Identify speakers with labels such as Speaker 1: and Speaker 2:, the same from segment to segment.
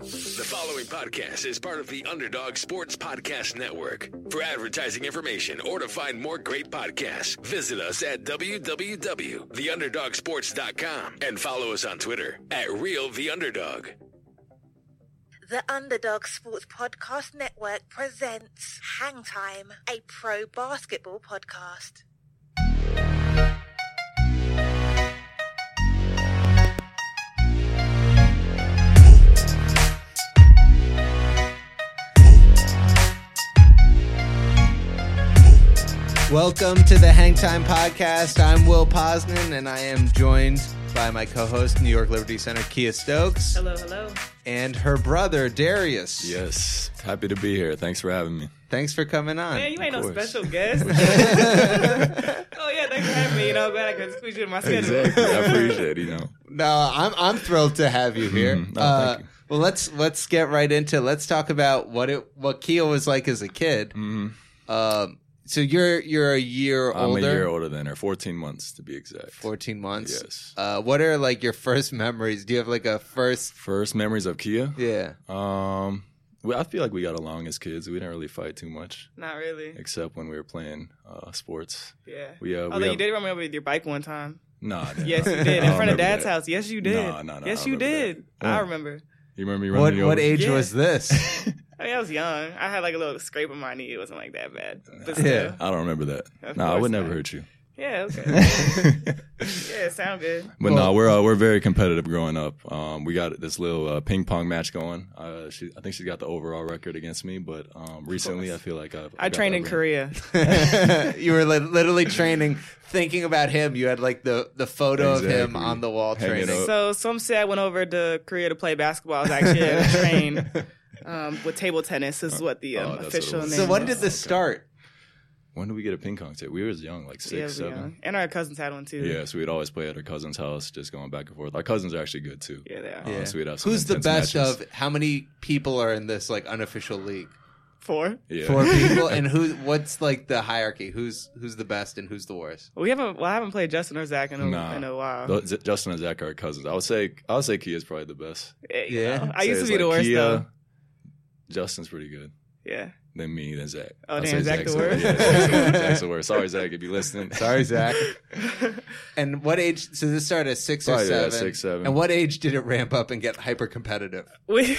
Speaker 1: The following podcast is part of the Underdog Sports Podcast Network. For advertising information or to find more great podcasts, visit us at www.theunderdogsports.com and follow us on Twitter at Real The Underdog.
Speaker 2: The Underdog Sports Podcast Network presents Hang Time, a pro basketball podcast.
Speaker 3: Welcome to the Hang Time Podcast. I'm Will Posnan, and I am joined by my co-host, New York Liberty Center Kia Stokes,
Speaker 4: Hello, hello.
Speaker 3: and her brother Darius.
Speaker 5: Yes, happy to be here. Thanks for having me.
Speaker 3: Thanks for coming on.
Speaker 4: Man, you ain't no
Speaker 5: course.
Speaker 4: special guest. oh yeah, thanks for having me. You know, glad I could squeeze you in my schedule.
Speaker 5: Exactly, I appreciate it. You know,
Speaker 3: No, I'm I'm thrilled to have you here.
Speaker 5: Mhm. Oh,
Speaker 3: Uh,
Speaker 5: thank you.
Speaker 3: Well, let's let's get right into. it. Let's talk about what it what Kia was like as a kid.
Speaker 4: Mm-hmm.
Speaker 5: Mhm.
Speaker 3: Um, so you're you're a year
Speaker 5: I'm
Speaker 3: older,
Speaker 5: a year older than her, 14 months to be exact.
Speaker 3: fourteen months.
Speaker 5: Yes.
Speaker 3: Uh, what are like your first memories? Do you have like a first?
Speaker 5: First memories of Kia.
Speaker 3: Yeah.
Speaker 5: Um, well, I feel like we got along as kids. We didn't really fight too much,
Speaker 4: Not really.
Speaker 5: except when we were playing uh, sports.
Speaker 4: Yeah.
Speaker 5: We uh, we
Speaker 4: Although Oh, you
Speaker 5: have-
Speaker 4: did run me over with your bike one time.
Speaker 5: Nah, I didn't.
Speaker 4: Yes,
Speaker 5: I
Speaker 4: you did. In
Speaker 5: don't
Speaker 4: front of
Speaker 5: remember
Speaker 4: Dad's
Speaker 5: that.
Speaker 4: house. Yes, you did.
Speaker 5: No, no, no,
Speaker 4: Yes,
Speaker 5: I
Speaker 4: you
Speaker 5: remember
Speaker 4: did.
Speaker 5: that.
Speaker 4: I
Speaker 5: Yeah.
Speaker 4: remember.
Speaker 5: You remember me running
Speaker 3: What
Speaker 5: you over?
Speaker 3: what age
Speaker 4: Yeah.
Speaker 3: was this?
Speaker 4: I mean, I was young. I had like a little scrape on my knee. It wasn't like that bad. But
Speaker 3: Yeah.
Speaker 4: still. Yeah.
Speaker 5: I don't remember that.
Speaker 4: Of
Speaker 5: No, I
Speaker 4: course
Speaker 5: would never
Speaker 4: not.
Speaker 5: hurt you.
Speaker 4: okay.
Speaker 5: but
Speaker 4: yeah, it sound good.
Speaker 3: Well-
Speaker 5: no, we're uh, we're very competitive growing up. Um, we got this little uh, ping pong match going. Uh, she, I think she's got the overall record against me, but um, recently I feel like I've,
Speaker 4: I
Speaker 5: got
Speaker 4: trained
Speaker 5: the
Speaker 4: in
Speaker 5: upper hand.
Speaker 4: Korea.
Speaker 3: you were li- literally training, thinking about him. You had like the the photo of him
Speaker 5: Exactly.
Speaker 3: on the wall
Speaker 5: Hanging
Speaker 3: training.
Speaker 5: up.
Speaker 4: So some say I went over to Korea to play basketball. I was actually at a train um, with table tennis. Is what the um,
Speaker 5: Oh, that's what it
Speaker 4: official
Speaker 5: was.
Speaker 4: name.
Speaker 3: So when
Speaker 4: is.
Speaker 3: did this start?
Speaker 5: When did we get a ping pong table? We were as young, like
Speaker 4: Yeah,
Speaker 5: six,
Speaker 4: we were
Speaker 5: seven.
Speaker 4: young. uh, And our cousins had one too.
Speaker 5: Yeah, so we'd always play at her cousin's house, just going back and forth. Our cousins are actually good too.
Speaker 4: Yeah, they are.
Speaker 5: Yeah. so we'd have some
Speaker 3: Who's the
Speaker 5: intense
Speaker 3: best
Speaker 5: matches.
Speaker 3: of? How many people are in this like unofficial league?
Speaker 4: Four.
Speaker 5: Yeah.
Speaker 3: Four people, and who? What's like the hierarchy? Who's who's the best and who's the worst?
Speaker 4: We haven't. Well, I haven't played Justin or Zach in a,
Speaker 5: Nah.
Speaker 4: in a while.
Speaker 5: Th- Z- Justin and Zach are cousins. I would say I would say Kia's probably the best.
Speaker 4: Eh, you
Speaker 3: Yeah.
Speaker 4: know, I
Speaker 5: Say
Speaker 4: used to
Speaker 5: it's
Speaker 4: be the
Speaker 5: like
Speaker 4: worst
Speaker 5: Kia,
Speaker 4: though.
Speaker 5: Justin's pretty good.
Speaker 4: Yeah.
Speaker 5: Then me, then Zach.
Speaker 4: Oh,
Speaker 5: I'd
Speaker 4: damn,
Speaker 5: say
Speaker 4: Zach the worst?
Speaker 5: Yeah, Zach's, Zach's the worst. Sorry, Zach, if you're listening.
Speaker 3: Sorry, Zach. and what age? So this started at six or
Speaker 5: Probably, yeah,
Speaker 3: seven.
Speaker 5: six, seven.
Speaker 3: And what age did it ramp up and get hyper competitive?
Speaker 4: We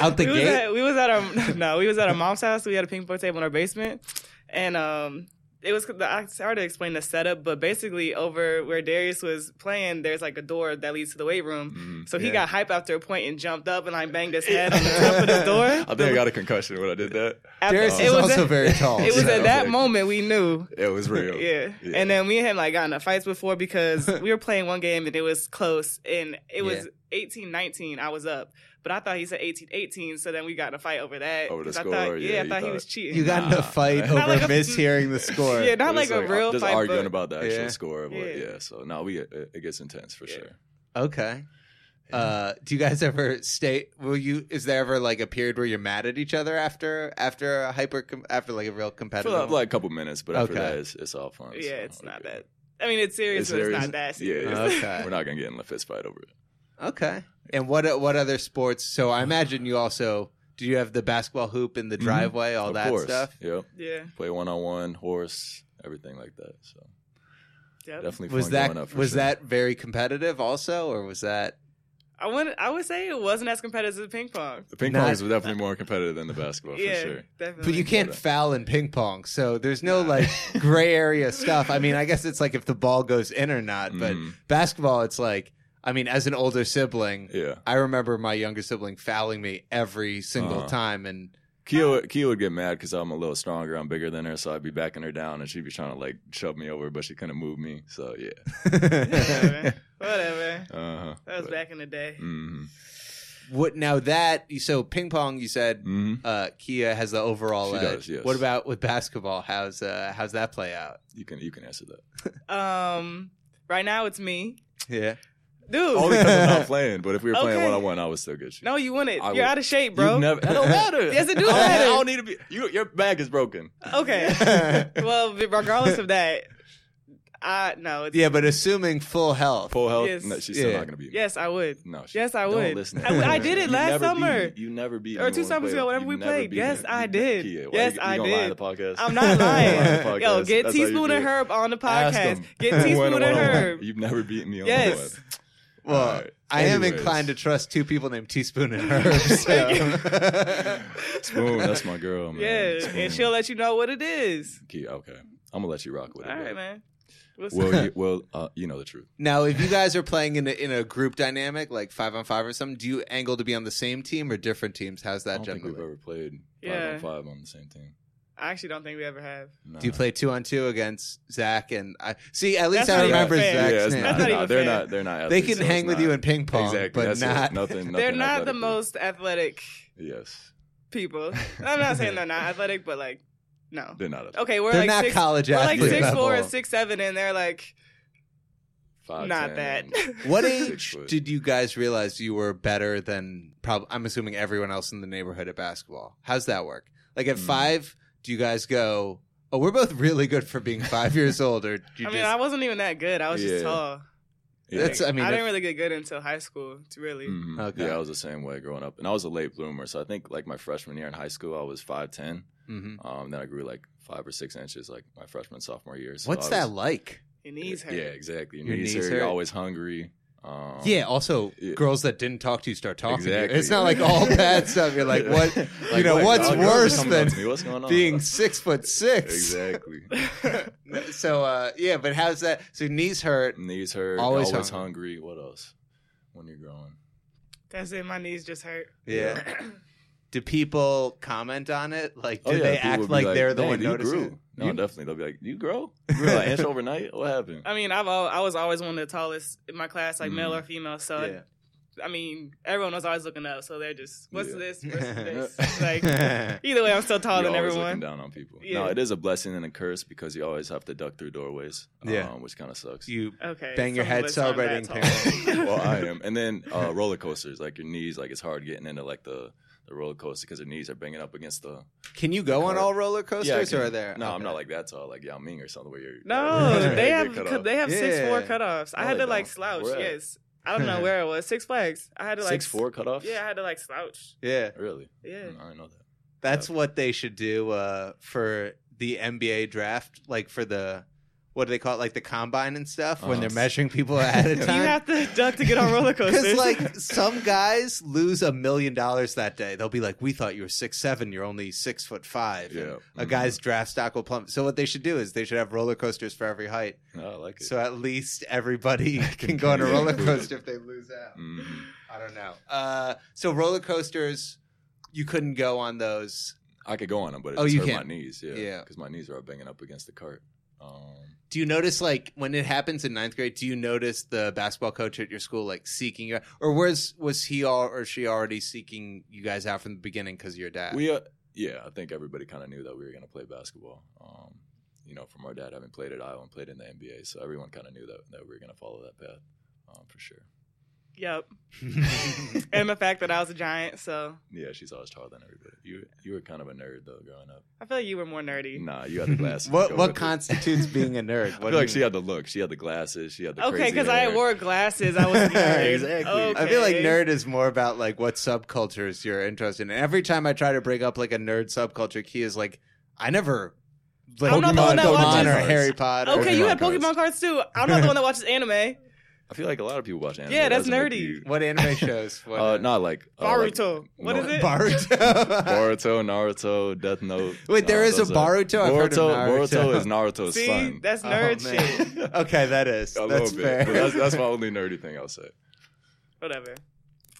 Speaker 3: Out the
Speaker 4: we
Speaker 3: gate?
Speaker 4: Was at, we was at our no, we was at our mom's house. We had a ping pong table in our basement, and um, it was. It's hard to explain the setup, but basically, over where Darius was playing, there's like a door that leads to the weight room.
Speaker 5: Mhm.
Speaker 4: So he
Speaker 3: Yeah.
Speaker 4: got hype after a point and jumped up and like banged his head on the top of the door.
Speaker 5: I think I got a concussion when I did that.
Speaker 4: After-
Speaker 3: Darius
Speaker 4: it
Speaker 3: is
Speaker 4: was
Speaker 3: also
Speaker 4: at-
Speaker 3: very tall.
Speaker 4: It was
Speaker 5: Yeah,
Speaker 4: at that
Speaker 5: okay.
Speaker 4: moment we knew
Speaker 5: It was real.
Speaker 4: Yeah.
Speaker 5: Yeah.
Speaker 4: And then we had like gotten into fights before because we were playing one game and it was close and it was eighteen nineteen. I was up. But I thought he said eighteen eighteen. so then we got in a fight over that.
Speaker 5: Over the
Speaker 4: 'Cause I
Speaker 5: score,
Speaker 4: thought,
Speaker 5: yeah,
Speaker 4: I
Speaker 5: you
Speaker 4: thought he
Speaker 5: thought-
Speaker 4: was cheating.
Speaker 3: you got in a
Speaker 5: Nah.
Speaker 3: fight
Speaker 5: Not
Speaker 3: over
Speaker 4: like a-
Speaker 3: mishearing the score.
Speaker 4: yeah, not
Speaker 5: We're
Speaker 4: like
Speaker 5: just,
Speaker 4: a real
Speaker 5: just
Speaker 4: fight.
Speaker 5: arguing
Speaker 4: but-
Speaker 5: about the actual
Speaker 3: Yeah.
Speaker 5: score. But
Speaker 4: Yeah.
Speaker 5: yeah. so no, we it, it gets intense for
Speaker 4: Yeah.
Speaker 5: sure.
Speaker 3: Okay. Uh, do you guys ever stay? Will you? Is there ever like a period where you're mad at each other after after a hyper com- after like a real
Speaker 5: For
Speaker 3: competitive?
Speaker 5: like, like a couple minutes, but after
Speaker 3: Okay.
Speaker 5: that, it's, it's all fun.
Speaker 4: Yeah,
Speaker 5: so
Speaker 4: it's
Speaker 5: we're
Speaker 4: not
Speaker 5: good.
Speaker 4: that. I mean, it's serious,
Speaker 5: Oh,
Speaker 4: but
Speaker 5: It's
Speaker 4: it's
Speaker 5: serious.
Speaker 4: not that
Speaker 5: Yeah,
Speaker 4: serious.
Speaker 5: yeah.
Speaker 3: Okay.
Speaker 5: We're not gonna get in a fist fight over it.
Speaker 3: Okay. And what what other sports? So I imagine you also do. You have the basketball hoop in the
Speaker 5: Mhm.
Speaker 3: driveway, all
Speaker 5: of
Speaker 3: that
Speaker 5: course.
Speaker 3: stuff.
Speaker 5: Yep.
Speaker 4: yeah.
Speaker 5: Play one on one, horse, everything like that. So
Speaker 4: Yep.
Speaker 5: definitely
Speaker 3: Was
Speaker 5: fun
Speaker 3: that
Speaker 5: growing up. For
Speaker 3: was
Speaker 5: sure.
Speaker 3: that very competitive also, or was that
Speaker 4: I would I would say it wasn't as competitive as ping pong.
Speaker 5: The ping
Speaker 3: not-
Speaker 5: pong is definitely more competitive than the basketball
Speaker 4: yeah,
Speaker 5: Oh, for sure.
Speaker 4: definitely.
Speaker 3: But you can't
Speaker 5: that.
Speaker 3: foul in ping pong, so there's no like gray area stuff. I mean, I guess it's like if the ball goes in or not, but
Speaker 5: Mhm.
Speaker 3: basketball, it's like, I mean, as an older sibling,
Speaker 5: Yeah,
Speaker 3: I remember my younger sibling fouling me every single
Speaker 5: Uh-huh.
Speaker 3: time, and
Speaker 5: Kia would- Kia would get mad because I'm a little stronger, I'm bigger than her, so I'd be backing her down, and she'd be trying to like shove me over, but she couldn't move me. So yeah,
Speaker 4: Whatever. Whatever.
Speaker 5: uh
Speaker 3: Uh-huh.
Speaker 5: huh.
Speaker 4: That was back in the day.
Speaker 5: Mm-hmm.
Speaker 3: what now that so ping pong, you said
Speaker 5: Mm-hmm.
Speaker 3: uh, Kia has the overall
Speaker 5: She
Speaker 3: edge.
Speaker 5: does, yes.
Speaker 3: What about with basketball? How's uh, how's that play out?
Speaker 5: You can you can answer that.
Speaker 4: Um, right now it's me,
Speaker 3: Yeah,
Speaker 4: dude.
Speaker 5: Only because I'm not playing. But if we were playing
Speaker 4: Okay.
Speaker 5: one on one, I would still get you.
Speaker 4: no, you wouldn't.
Speaker 5: I
Speaker 4: You're
Speaker 5: would-
Speaker 4: out of shape, bro.
Speaker 5: You never, that don't matter.
Speaker 4: Yes, it do
Speaker 5: I don't-
Speaker 4: matter.
Speaker 5: I don't need to be. You, your back is broken.
Speaker 4: okay. well, regardless of that, I no. It's,
Speaker 3: Yeah, but assuming full health.
Speaker 5: Full health?
Speaker 4: Yes.
Speaker 5: No, she's still
Speaker 3: Yeah.
Speaker 5: not gonna beat me.
Speaker 4: Yes, I would.
Speaker 5: No. She,
Speaker 4: Yes, I
Speaker 5: don't
Speaker 4: would.
Speaker 5: Listen to
Speaker 4: I
Speaker 5: her.
Speaker 4: would- I did it
Speaker 5: You
Speaker 4: last
Speaker 5: never beat
Speaker 4: summer.
Speaker 5: me. You never beat
Speaker 4: Or
Speaker 5: me
Speaker 4: two
Speaker 5: when
Speaker 4: summers
Speaker 5: played.
Speaker 4: ago, whenever
Speaker 5: You
Speaker 4: we
Speaker 5: never
Speaker 4: played.
Speaker 5: beat
Speaker 4: Yes,
Speaker 5: me.
Speaker 4: I
Speaker 5: You-
Speaker 4: did.
Speaker 5: Kia, why
Speaker 4: Yes,
Speaker 5: you,
Speaker 4: I
Speaker 5: you gonna Lie
Speaker 4: did.
Speaker 5: to the podcast.
Speaker 4: I'm not lying.
Speaker 5: podcast.
Speaker 4: Yo, get
Speaker 5: That's how you
Speaker 4: Teaspoon
Speaker 5: do
Speaker 4: and
Speaker 5: it.
Speaker 4: Herb on the
Speaker 5: Ask 'em.
Speaker 4: podcast. Get
Speaker 5: One
Speaker 4: Teaspoon
Speaker 5: on
Speaker 4: and
Speaker 5: one.
Speaker 4: Herb.
Speaker 5: You've never beaten me on
Speaker 4: Yes.
Speaker 5: one.
Speaker 3: Well,
Speaker 5: Alright.
Speaker 3: I am
Speaker 5: Anyways.
Speaker 3: inclined to trust two people named Teaspoon and Herb. so-
Speaker 5: Spoon, that's my girl, man.
Speaker 4: Yeah,
Speaker 5: Spoon.
Speaker 4: and she'll let you know what it is.
Speaker 5: Kia, okay, I'm gonna let you rock with it.
Speaker 4: All
Speaker 5: bro.
Speaker 4: right, man. What's
Speaker 5: Well, you, well, uh, you know the truth.
Speaker 3: now, if you guys are playing in a, in a group dynamic, like five on five or something, do you angle to be on the same team or different teams? How's
Speaker 5: I
Speaker 3: that
Speaker 5: don't think
Speaker 3: generally?
Speaker 5: we've ever played
Speaker 4: Yeah.
Speaker 5: five on five on the same team.
Speaker 4: I actually don't think we ever have.
Speaker 5: Nah.
Speaker 3: Do you play two on two against Zach and I? See, at least I
Speaker 4: That's not even
Speaker 3: remember
Speaker 4: fair.
Speaker 3: Zach's
Speaker 5: Yeah, it's
Speaker 3: name.
Speaker 5: not,
Speaker 4: That's not
Speaker 5: nah,
Speaker 4: even
Speaker 5: they're
Speaker 4: fair.
Speaker 5: not. They're not.
Speaker 3: they
Speaker 5: athletes,
Speaker 3: can
Speaker 5: so
Speaker 3: hang
Speaker 5: it's
Speaker 3: with
Speaker 5: not-
Speaker 3: you in ping pong,
Speaker 5: Exactly.
Speaker 3: but
Speaker 5: that's it.
Speaker 3: not.
Speaker 5: nothing. nothing
Speaker 4: They're not the
Speaker 5: athletically.
Speaker 4: most athletic
Speaker 5: Yes,
Speaker 4: people. I'm not saying they're not athletic, but like, no.
Speaker 5: they're not.
Speaker 4: Okay, we're
Speaker 3: They're
Speaker 4: like
Speaker 3: not
Speaker 4: six,
Speaker 3: college
Speaker 4: we're like
Speaker 3: athletes.
Speaker 4: six four and
Speaker 3: level.
Speaker 4: six seven, and they're like
Speaker 5: Five,
Speaker 4: not
Speaker 5: 10,
Speaker 4: that.
Speaker 3: What
Speaker 5: Six
Speaker 3: age
Speaker 5: foot.
Speaker 3: did you guys realize you were better than probably? I'm assuming everyone else in the neighborhood at basketball. How's that work? Like at
Speaker 5: Hmm.
Speaker 3: five, do you guys go? Oh, we're both really good for being five years old. Or do you
Speaker 4: I mean,
Speaker 3: just?
Speaker 4: I wasn't even that good. I was
Speaker 5: Yeah.
Speaker 4: just tall.
Speaker 5: Yeah.
Speaker 3: that's, I mean,
Speaker 4: I didn't
Speaker 3: if-
Speaker 4: really get good until high school. It's really
Speaker 5: Mhm.
Speaker 3: Okay.
Speaker 5: Yeah, I was the same way growing up, and I was a late bloomer. So I think like my freshman year in high school, I was five ten.
Speaker 3: Mhm.
Speaker 5: Um, then I grew like five or six inches, like my freshman sophomore year. So
Speaker 3: What's
Speaker 5: I
Speaker 3: that
Speaker 5: was-
Speaker 3: like?
Speaker 4: your knees hurt.
Speaker 5: Yeah, exactly. Your,
Speaker 3: Your
Speaker 5: knees,
Speaker 3: knees
Speaker 5: hurt.
Speaker 3: hurt.
Speaker 5: You're always hungry. Um,
Speaker 3: yeah. Also,
Speaker 5: yeah.
Speaker 3: girls that didn't talk to you start talking. to you.
Speaker 5: Exactly.
Speaker 3: It's not like all bad stuff. You're like, what? you know, what's
Speaker 5: dog? Girls are
Speaker 3: worse
Speaker 5: coming up
Speaker 3: than
Speaker 5: to me. what's going on?
Speaker 3: being six foot six?
Speaker 5: exactly.
Speaker 3: so uh, yeah, but how's that? So knees hurt.
Speaker 5: Knees hurt.
Speaker 3: Always
Speaker 5: Always,
Speaker 3: hungry.
Speaker 5: hungry. What else? When you're growing,
Speaker 4: That's it. My knees just hurt.
Speaker 3: Yeah. Do people comment on it? Like, do
Speaker 5: Oh, yeah,
Speaker 3: they
Speaker 5: people
Speaker 3: act
Speaker 5: would be
Speaker 3: like, they're the
Speaker 5: "Dang,
Speaker 3: one
Speaker 5: you
Speaker 3: noticing?
Speaker 5: Grew.
Speaker 3: it?
Speaker 5: No, definitely. They'll be like, "You grow? You grew an inch overnight? What happened?"
Speaker 4: I mean, I've al- I was always one of the tallest in my class, like male
Speaker 5: Mm.
Speaker 4: or female. So
Speaker 3: Yeah.
Speaker 4: I mean, everyone was always looking up. So they're just, what's
Speaker 5: Yeah.
Speaker 4: this? What's this? like either way, I'm still taller
Speaker 5: You're
Speaker 4: than
Speaker 5: always looking
Speaker 4: everyone.
Speaker 5: down on people. No,
Speaker 4: Yeah.
Speaker 5: it is a blessing and a curse because you always have to duck through doorways.
Speaker 3: Yeah.
Speaker 5: um, which kind of sucks.
Speaker 3: you
Speaker 4: Okay.
Speaker 3: Bang your
Speaker 4: some
Speaker 3: head
Speaker 4: of us aren't that
Speaker 3: celebrating
Speaker 4: tall.
Speaker 5: well, I am. And then uh, roller coasters, like your knees, like it's hard getting into like the, the roller coaster because your knees are banging up against the.
Speaker 3: can you go on
Speaker 5: Car-
Speaker 3: all roller
Speaker 5: Yeah, I
Speaker 3: coasters or are
Speaker 5: can-
Speaker 3: there?
Speaker 5: No, I'm
Speaker 3: okay.
Speaker 5: not like that tall, like Yao Ming or something. Where you're
Speaker 4: no,
Speaker 3: Right.
Speaker 4: they
Speaker 5: Get
Speaker 4: have
Speaker 5: cut
Speaker 4: cu-
Speaker 5: off.
Speaker 4: they have six four
Speaker 3: Yeah.
Speaker 4: cutoffs. I
Speaker 5: No,
Speaker 4: had
Speaker 5: they
Speaker 4: to like
Speaker 5: don't.
Speaker 4: slouch.
Speaker 5: Where at?
Speaker 4: Yes, I don't know where it was. Six Flags. I had to like
Speaker 5: six four cutoffs.
Speaker 4: Yeah, I had to like slouch.
Speaker 3: Yeah,
Speaker 5: really.
Speaker 4: Yeah.
Speaker 5: Mm, I didn't know that.
Speaker 3: that's what they should do uh, for the NBA draft, like for the what do they call it, like the combine and stuff, when
Speaker 5: Uh-huh.
Speaker 3: they're measuring people ahead of
Speaker 5: You
Speaker 4: You
Speaker 3: time.
Speaker 4: have to duck to get on roller
Speaker 3: Because
Speaker 4: coasters.
Speaker 3: like some guys lose a million dollars that day. They'll be like, "We thought you were six seven. You're only six foot five.
Speaker 5: Yeah,
Speaker 3: And A
Speaker 5: mhm.
Speaker 3: guy's draft stock will plummet. So what they should do is they should have roller coasters for every height.
Speaker 5: No, I like it.
Speaker 3: So at least everybody can go on a
Speaker 5: Yeah.
Speaker 3: roller coaster if they lose out.
Speaker 5: Mhm.
Speaker 3: I don't know. Uh, so roller coasters, you couldn't go on those.
Speaker 5: I could go on them, but it
Speaker 3: Oh,
Speaker 5: just
Speaker 3: you
Speaker 5: hurt
Speaker 3: can't.
Speaker 5: my knees. Yeah,
Speaker 3: Yeah.
Speaker 5: because my knees are banging up against the cart. Um,
Speaker 3: Do you notice like when it happens in ninth grade? Do you notice the basketball coach at your school like seeking you, out? or was was he all or she already seeking you guys out from the beginning because of your dad?
Speaker 5: we, uh, yeah, I think everybody kind of knew that we were going to play basketball. Um, you know, from our dad having played at Iowa and played in the NBA, so everyone kind of knew that that we were going to follow that path um, for sure.
Speaker 4: yep. And the fact that I was a giant, so
Speaker 5: Yeah, she's always taller than everybody. You you were kind of a nerd though growing up.
Speaker 4: I feel like you were more nerdy.
Speaker 5: Nah, you had the glasses. to
Speaker 3: What
Speaker 5: go
Speaker 3: what
Speaker 5: with it.
Speaker 3: constitutes being a nerd?
Speaker 5: I
Speaker 3: What do
Speaker 5: feel like
Speaker 3: you
Speaker 5: she
Speaker 3: mean?
Speaker 5: had the look. She had the glasses. She had the
Speaker 4: Okay,
Speaker 5: because
Speaker 4: because I wore glasses. I was a nerd.
Speaker 5: Exactly.
Speaker 4: Okay.
Speaker 3: I feel like nerd is more about like what subcultures you're interested in. Every time I try to bring up like a nerd subculture, Key is like, I never like
Speaker 4: I'm not the one that
Speaker 3: Pokemon
Speaker 4: watches-
Speaker 3: or Harry Potter.
Speaker 4: Okay, you
Speaker 5: Pokemon
Speaker 4: had Pokemon
Speaker 5: cards.
Speaker 4: cards. too. I'm not the one that watches anime.
Speaker 5: I feel like a lot of people watch anime.
Speaker 4: Yeah,
Speaker 5: It
Speaker 4: that's
Speaker 5: doesn't make
Speaker 4: nerdy.
Speaker 5: you-
Speaker 3: What anime shows? What,
Speaker 5: Uh, not like uh, like
Speaker 4: Baruto. What is
Speaker 5: no-
Speaker 4: it?
Speaker 3: Baruto.
Speaker 5: Baruto, Naruto, Death Note.
Speaker 3: Wait, there
Speaker 5: Nah,
Speaker 3: is a
Speaker 5: those are-
Speaker 3: Baruto? I've heard of
Speaker 5: Boruto,
Speaker 3: Naruto.
Speaker 5: Boruto is Naruto's
Speaker 4: See,
Speaker 5: son.
Speaker 4: that's
Speaker 3: Oh,
Speaker 4: nerd
Speaker 3: man.
Speaker 4: shit.
Speaker 3: okay, that is
Speaker 5: a
Speaker 3: that's
Speaker 5: little
Speaker 3: fair.
Speaker 5: bit. But that's, that's my only nerdy thing I'll say.
Speaker 4: Whatever.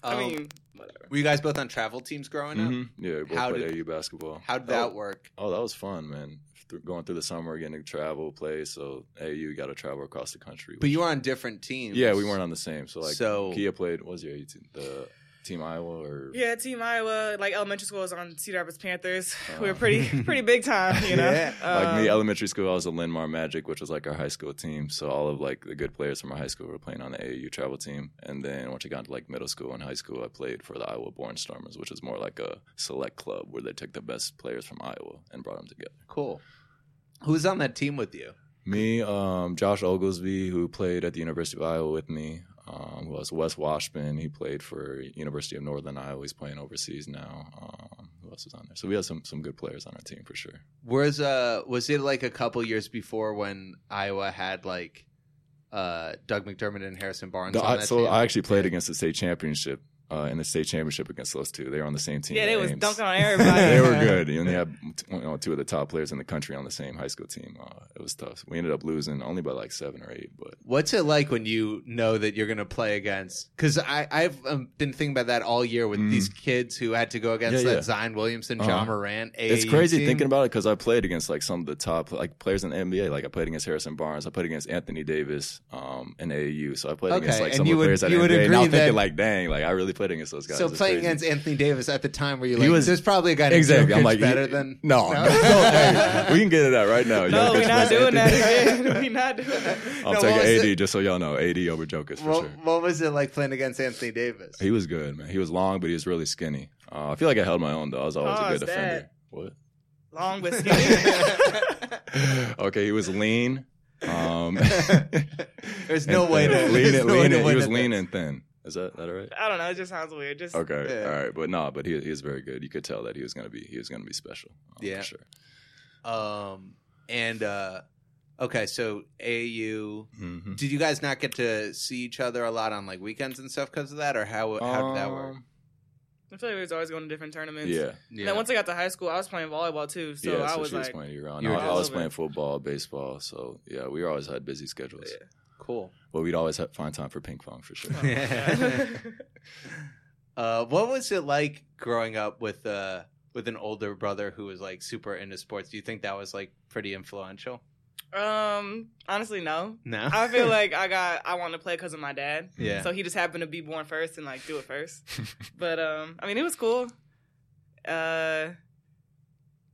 Speaker 3: Um,
Speaker 4: I mean, whatever.
Speaker 3: were you guys both on travel teams growing up?
Speaker 5: Mhm. Yeah, we both
Speaker 3: How
Speaker 5: played
Speaker 3: did-
Speaker 5: AU basketball.
Speaker 3: How did
Speaker 5: Oh,
Speaker 3: that work?
Speaker 5: Oh, that was fun, man. Th- going through the summer, getting to travel, play. So AU, you got to travel across the country.
Speaker 3: But you were on different teams.
Speaker 5: yeah, we weren't on the same. So like,
Speaker 3: So-
Speaker 5: Kia played. What was your AU team? The Team Iowa or
Speaker 4: Yeah, Team Iowa, like elementary school was on Cedar Rapids Panthers. we
Speaker 5: Uh.
Speaker 4: were pretty pretty big time, you know.
Speaker 3: Yeah.
Speaker 5: Like me,
Speaker 4: Um,
Speaker 5: elementary school, I was the Linmar Magic, which was like our high school team. So all of like the good players from our high school were playing on the AAU travel team. And then once I got into like middle school and high school, I played for the Iowa Born Stormers, which is more like a select club where they took the best players from Iowa and brought them together.
Speaker 3: Cool. Who was on that team with you?
Speaker 5: Me, um, Josh Oglesby, who played at the University of Iowa with me, um, who else? Wes Washman, he played for University of Northern Iowa. He's playing overseas now. Um, who else was on there? So we had some some good players on our team for sure.
Speaker 3: Was uh was it like a couple years before when Iowa had like uh Doug McDermott and Harrison Barnes?
Speaker 5: The-
Speaker 3: on
Speaker 5: I,
Speaker 3: that
Speaker 5: so
Speaker 3: team?
Speaker 5: I actually played
Speaker 3: Yeah.
Speaker 5: against the state championship uh, in the state championship against those two. They were on the same team.
Speaker 4: Yeah,
Speaker 5: at
Speaker 4: they was
Speaker 5: Ames.
Speaker 4: dunking on everybody.
Speaker 5: they were good, and they had you know, two of the top players in the country on the same high school team. Uh, it was tough. We ended up losing only by like seven or eight, but
Speaker 3: What's it like when you know that you're going to play against? Because I I've um, been thinking about that all year with
Speaker 5: Mm.
Speaker 3: these kids who had to go against
Speaker 5: Yeah,
Speaker 3: that
Speaker 5: yeah.
Speaker 3: Zion Williamson,
Speaker 5: Uh-huh.
Speaker 3: John Moran.
Speaker 5: it's
Speaker 3: AAU
Speaker 5: crazy
Speaker 3: team.
Speaker 5: thinking about it because I played against like some of the top like players in the NBA. Like I played against Harrison Barnes, I played against Anthony Davis um, in AAU. So I played against
Speaker 3: Okay,
Speaker 5: like
Speaker 3: and
Speaker 5: some
Speaker 3: you
Speaker 5: of the
Speaker 3: would-
Speaker 5: players at
Speaker 3: you would
Speaker 5: NBA. And I
Speaker 3: agree
Speaker 5: was thinking
Speaker 3: that-
Speaker 5: like, dang, like I really played against those guys.
Speaker 3: So
Speaker 5: It's
Speaker 3: playing
Speaker 5: crazy.
Speaker 3: against Anthony Davis at the time where you
Speaker 5: He
Speaker 3: like,
Speaker 5: was-
Speaker 3: there's probably a guy named
Speaker 5: exactly, I'm
Speaker 3: Jokic
Speaker 5: like
Speaker 3: better
Speaker 5: you-
Speaker 3: than
Speaker 5: No, no, no, hey, we can get it out right now.
Speaker 4: No,
Speaker 5: Jokic
Speaker 4: we're not
Speaker 5: versus
Speaker 4: doing
Speaker 5: Anthony Davis.
Speaker 4: that again. We're not doing that.
Speaker 5: I'm
Speaker 3: No, what was
Speaker 5: taking AD
Speaker 3: it-
Speaker 5: just so y'all know. AD over Jokic for
Speaker 3: What,
Speaker 5: sure.
Speaker 3: what was it like playing against Anthony Davis?
Speaker 5: He was good, man. He was long, but he was really skinny. Uh, I feel like I held my own though. I was
Speaker 3: Oh,
Speaker 5: always a
Speaker 4: Pause
Speaker 5: good defender. What?
Speaker 4: Long but skinny.
Speaker 5: okay, he was lean. Um,
Speaker 3: There's
Speaker 5: and
Speaker 3: no way
Speaker 5: thin.
Speaker 3: to-
Speaker 5: lean.
Speaker 3: there's
Speaker 5: and-
Speaker 3: no way
Speaker 5: lean
Speaker 3: to
Speaker 5: and-
Speaker 3: win
Speaker 5: he was
Speaker 3: at
Speaker 5: lean
Speaker 3: that.
Speaker 5: and thin. Is that that all right?
Speaker 4: I don't know. It just sounds weird. Just
Speaker 5: Okay,
Speaker 3: Yeah.
Speaker 5: all right, but no, but he he was very good. You could tell that he was gonna be he was gonna be special. um,
Speaker 3: Yeah.
Speaker 5: for sure.
Speaker 3: Um, and uh, okay, so AU.
Speaker 5: Mm-hmm.
Speaker 3: Did you guys not get to see each other a lot on like weekends and stuff because of that, or how how did that
Speaker 5: Um,
Speaker 3: work?
Speaker 4: I feel like we was always going to different tournaments.
Speaker 5: Yeah,
Speaker 4: And then once I got to high school, I was playing volleyball too. So
Speaker 5: yeah.
Speaker 4: I
Speaker 5: so
Speaker 4: was
Speaker 5: she was
Speaker 4: like,
Speaker 5: playing year round.
Speaker 3: You
Speaker 5: I,
Speaker 3: were
Speaker 5: I
Speaker 3: just-
Speaker 5: was playing football, baseball. So yeah, we always had busy schedules,
Speaker 4: yeah.
Speaker 3: cool.
Speaker 5: but we'd always have, find time for ping pong for sure.
Speaker 4: Oh, yeah.
Speaker 3: Uh, what was it like growing up with uh with an older brother who was like super into sports? Do you think that was like pretty influential?
Speaker 4: um, honestly, no.
Speaker 3: No,
Speaker 4: I feel like I got I wanted to play because of my dad.
Speaker 3: yeah.
Speaker 4: So he just happened to be born first and like do it first. but um, I mean, it was cool. Uh,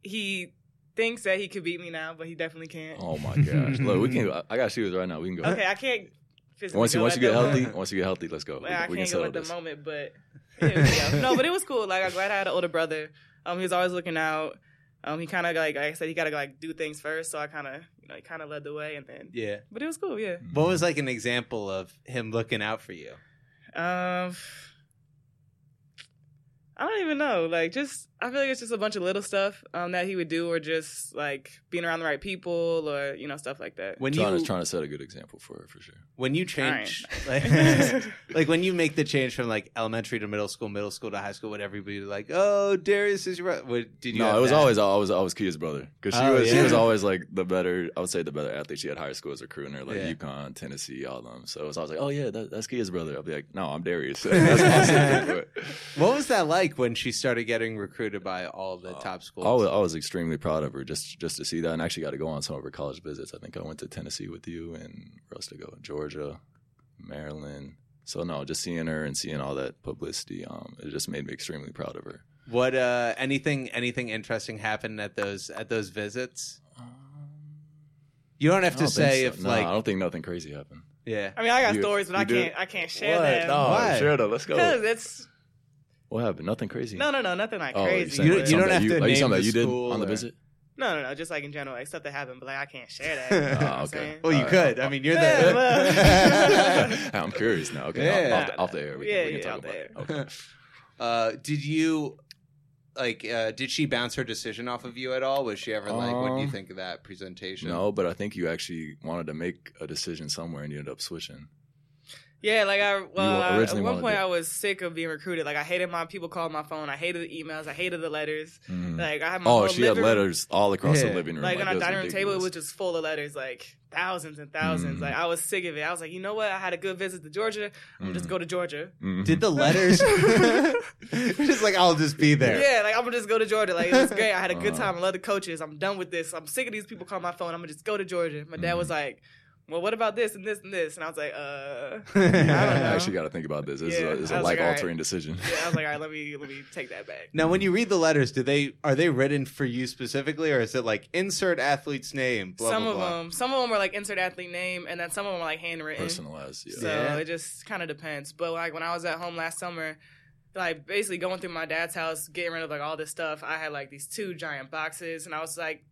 Speaker 4: he thinks that he could beat me now, but he definitely can't.
Speaker 5: Oh my gosh! Look, we can. I- I got shoes right now. We can go.
Speaker 4: Okay, I can't. physically
Speaker 5: Once you
Speaker 4: go
Speaker 5: once
Speaker 4: at
Speaker 5: you get
Speaker 4: the moment.
Speaker 5: healthy, once you get healthy, let's go. We,
Speaker 4: Well, I
Speaker 5: we can
Speaker 4: can't go
Speaker 5: settle
Speaker 4: at the
Speaker 5: this.
Speaker 4: moment, but there we go. no, but it was cool. Like I'm glad I had an older brother. Um, he was always looking out. Um, he kind of like, like I said, he got to like do things first. So I kind of, you know, he kind of led the way, and then,
Speaker 3: yeah.
Speaker 4: but it was cool, yeah.
Speaker 3: What was like an example of him looking out for you?
Speaker 4: Um, I don't even know. Like, just I feel like it's just a bunch of little stuff um, that he would do, or just like being around the right people, or you know, stuff like that.
Speaker 3: When
Speaker 5: trying,
Speaker 3: you
Speaker 5: to, trying to set a good example for her for sure.
Speaker 3: when you
Speaker 4: All right.
Speaker 3: change like, like when you make the change from like elementary to middle school, middle school to high school, would everybody be like, "Oh, Darius is your brother"? Would- Did you?
Speaker 5: No,
Speaker 3: have
Speaker 5: it was
Speaker 3: that?
Speaker 5: always I was I was Kia's brother because she
Speaker 3: Oh,
Speaker 5: was she
Speaker 3: yeah.
Speaker 5: was always like the better I would say the better athlete. She had higher school as a crooner like
Speaker 3: Yeah.
Speaker 5: UConn, Tennessee, all them. So it was always like, oh yeah, that, that's Kia's brother. I'll be like, no, I'm Darius. That's awesome. But
Speaker 3: What was that like when she started getting recruited by all the
Speaker 5: Uh,
Speaker 3: top schools?
Speaker 5: I was, I was extremely proud of her just just to see that, and actually got to go on some of her college visits. I think I went to Tennessee with you, and where else to go? Georgia, Maryland. So no, just seeing her and seeing all that publicity, um, it just made me extremely proud of her.
Speaker 3: What uh anything anything interesting happened at those at those visits? You don't have
Speaker 5: I
Speaker 3: to
Speaker 5: don't think
Speaker 3: say
Speaker 5: so.
Speaker 3: if
Speaker 5: No,
Speaker 3: like
Speaker 5: I don't think nothing crazy happened.
Speaker 3: yeah.
Speaker 4: I mean, I got
Speaker 5: You-
Speaker 4: stories, but
Speaker 5: you
Speaker 4: I
Speaker 5: do-
Speaker 4: can't, I can't share
Speaker 5: what?
Speaker 4: them.
Speaker 5: No,
Speaker 3: Why?
Speaker 5: share them. Let's
Speaker 4: Because
Speaker 5: go.
Speaker 4: it's
Speaker 5: What happened? Nothing crazy.
Speaker 4: no, no, no, nothing like
Speaker 5: Oh, you're
Speaker 4: crazy.
Speaker 5: saying,
Speaker 3: You-
Speaker 5: like,
Speaker 4: but-
Speaker 3: you don't
Speaker 5: something
Speaker 3: have
Speaker 5: that
Speaker 3: to
Speaker 5: like,
Speaker 3: name
Speaker 5: something
Speaker 3: the
Speaker 5: that you did
Speaker 3: school
Speaker 5: on the
Speaker 3: or-
Speaker 5: visit.
Speaker 4: No, no, no. Just like in general, like stuff that happened, but like I can't share that. you know what I'm
Speaker 5: Ah, okay.
Speaker 4: saying?
Speaker 3: Well, you
Speaker 5: Uh,
Speaker 3: could. I mean, you're
Speaker 4: Yeah,
Speaker 3: the.
Speaker 4: well-
Speaker 5: I'm curious now. Okay,
Speaker 3: Yeah.
Speaker 5: off, off, the, off the air. We can,
Speaker 4: Yeah,
Speaker 5: we can
Speaker 4: yeah,
Speaker 5: talk
Speaker 4: off
Speaker 5: about
Speaker 4: the
Speaker 5: it. Okay.
Speaker 3: uh, did you like? Uh, did she bounce her decision off of you at all? Was she ever like, "What do you
Speaker 5: Um,
Speaker 3: think of that presentation?"
Speaker 5: No, but I think you actually wanted to make a decision somewhere, and you ended up switching.
Speaker 4: Yeah, like I well, I- at
Speaker 5: originally
Speaker 4: one
Speaker 5: wanted
Speaker 4: point
Speaker 5: to-
Speaker 4: I was sick of being recruited. Like I hated my people calling my phone. I hated the emails. I hated the letters. Like I had my
Speaker 5: Oh,
Speaker 4: whole
Speaker 5: she had
Speaker 4: living-
Speaker 5: letters all across
Speaker 3: Yeah.
Speaker 5: the living room.
Speaker 4: Like, on our
Speaker 5: it was
Speaker 4: dining room table, it was
Speaker 5: ridiculous.
Speaker 4: just full of letters, like thousands and 1000s
Speaker 5: Mhm.
Speaker 4: Like I was sick of it. I was like, you know what? I had a good visit to Georgia. I'm gonna just
Speaker 5: Mhm.
Speaker 4: go to Georgia.
Speaker 5: Mhm.
Speaker 3: Did the letters? just like I'll just be there.
Speaker 4: Yeah, like I'm gonna just go to Georgia. Like it's great. I had a good
Speaker 5: Uh-huh.
Speaker 4: time. I love the coaches. I'm done with this. I'm sick of these people calling my phone. I'm gonna just go to Georgia. My dad was like, well, what about this and this and this? And I was like, uh.
Speaker 5: I
Speaker 4: don't know.
Speaker 5: actually got to think about this. This
Speaker 4: Yeah,
Speaker 5: is a, it's
Speaker 4: I
Speaker 5: a
Speaker 4: was like,
Speaker 5: life
Speaker 4: all right.
Speaker 5: altering decision.
Speaker 4: Yeah, I was like, all right, let me let me take that back.
Speaker 3: Now, when you read the letters, do they are they written for you specifically, or is it like insert athlete's name? Blah,
Speaker 4: some
Speaker 3: blah,
Speaker 4: of
Speaker 3: blah?
Speaker 4: them, some of them were like insert athlete name, and then some of them were like handwritten.
Speaker 5: Personalized, yeah.
Speaker 4: So
Speaker 3: Yeah.
Speaker 4: it just kind of depends. But like when I was at home last summer, like basically going through my dad's house, getting rid of like all this stuff, I had like these two giant boxes, and I was like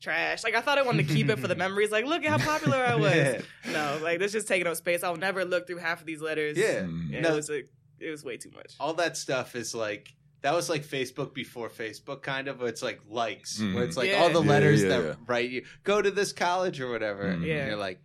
Speaker 4: trash. Like I thought I wanted to keep it for the memories. Like, look at how popular I was. No, like this just taking up space. I'll never look through half of these letters.
Speaker 3: Yeah.
Speaker 5: Mm.
Speaker 4: And
Speaker 3: No.
Speaker 4: it was like it was way too much.
Speaker 3: all that stuff is like that was like Facebook before Facebook, kind of. Where it's like likes, where it's like
Speaker 4: Mhm.
Speaker 3: all the
Speaker 5: Mm-hmm. Yeah.
Speaker 3: letters
Speaker 5: Yeah,
Speaker 3: that
Speaker 5: yeah.
Speaker 3: write you go to this college or whatever.
Speaker 5: Mhm.
Speaker 3: And
Speaker 4: Mm-hmm. Yeah.
Speaker 3: you're like,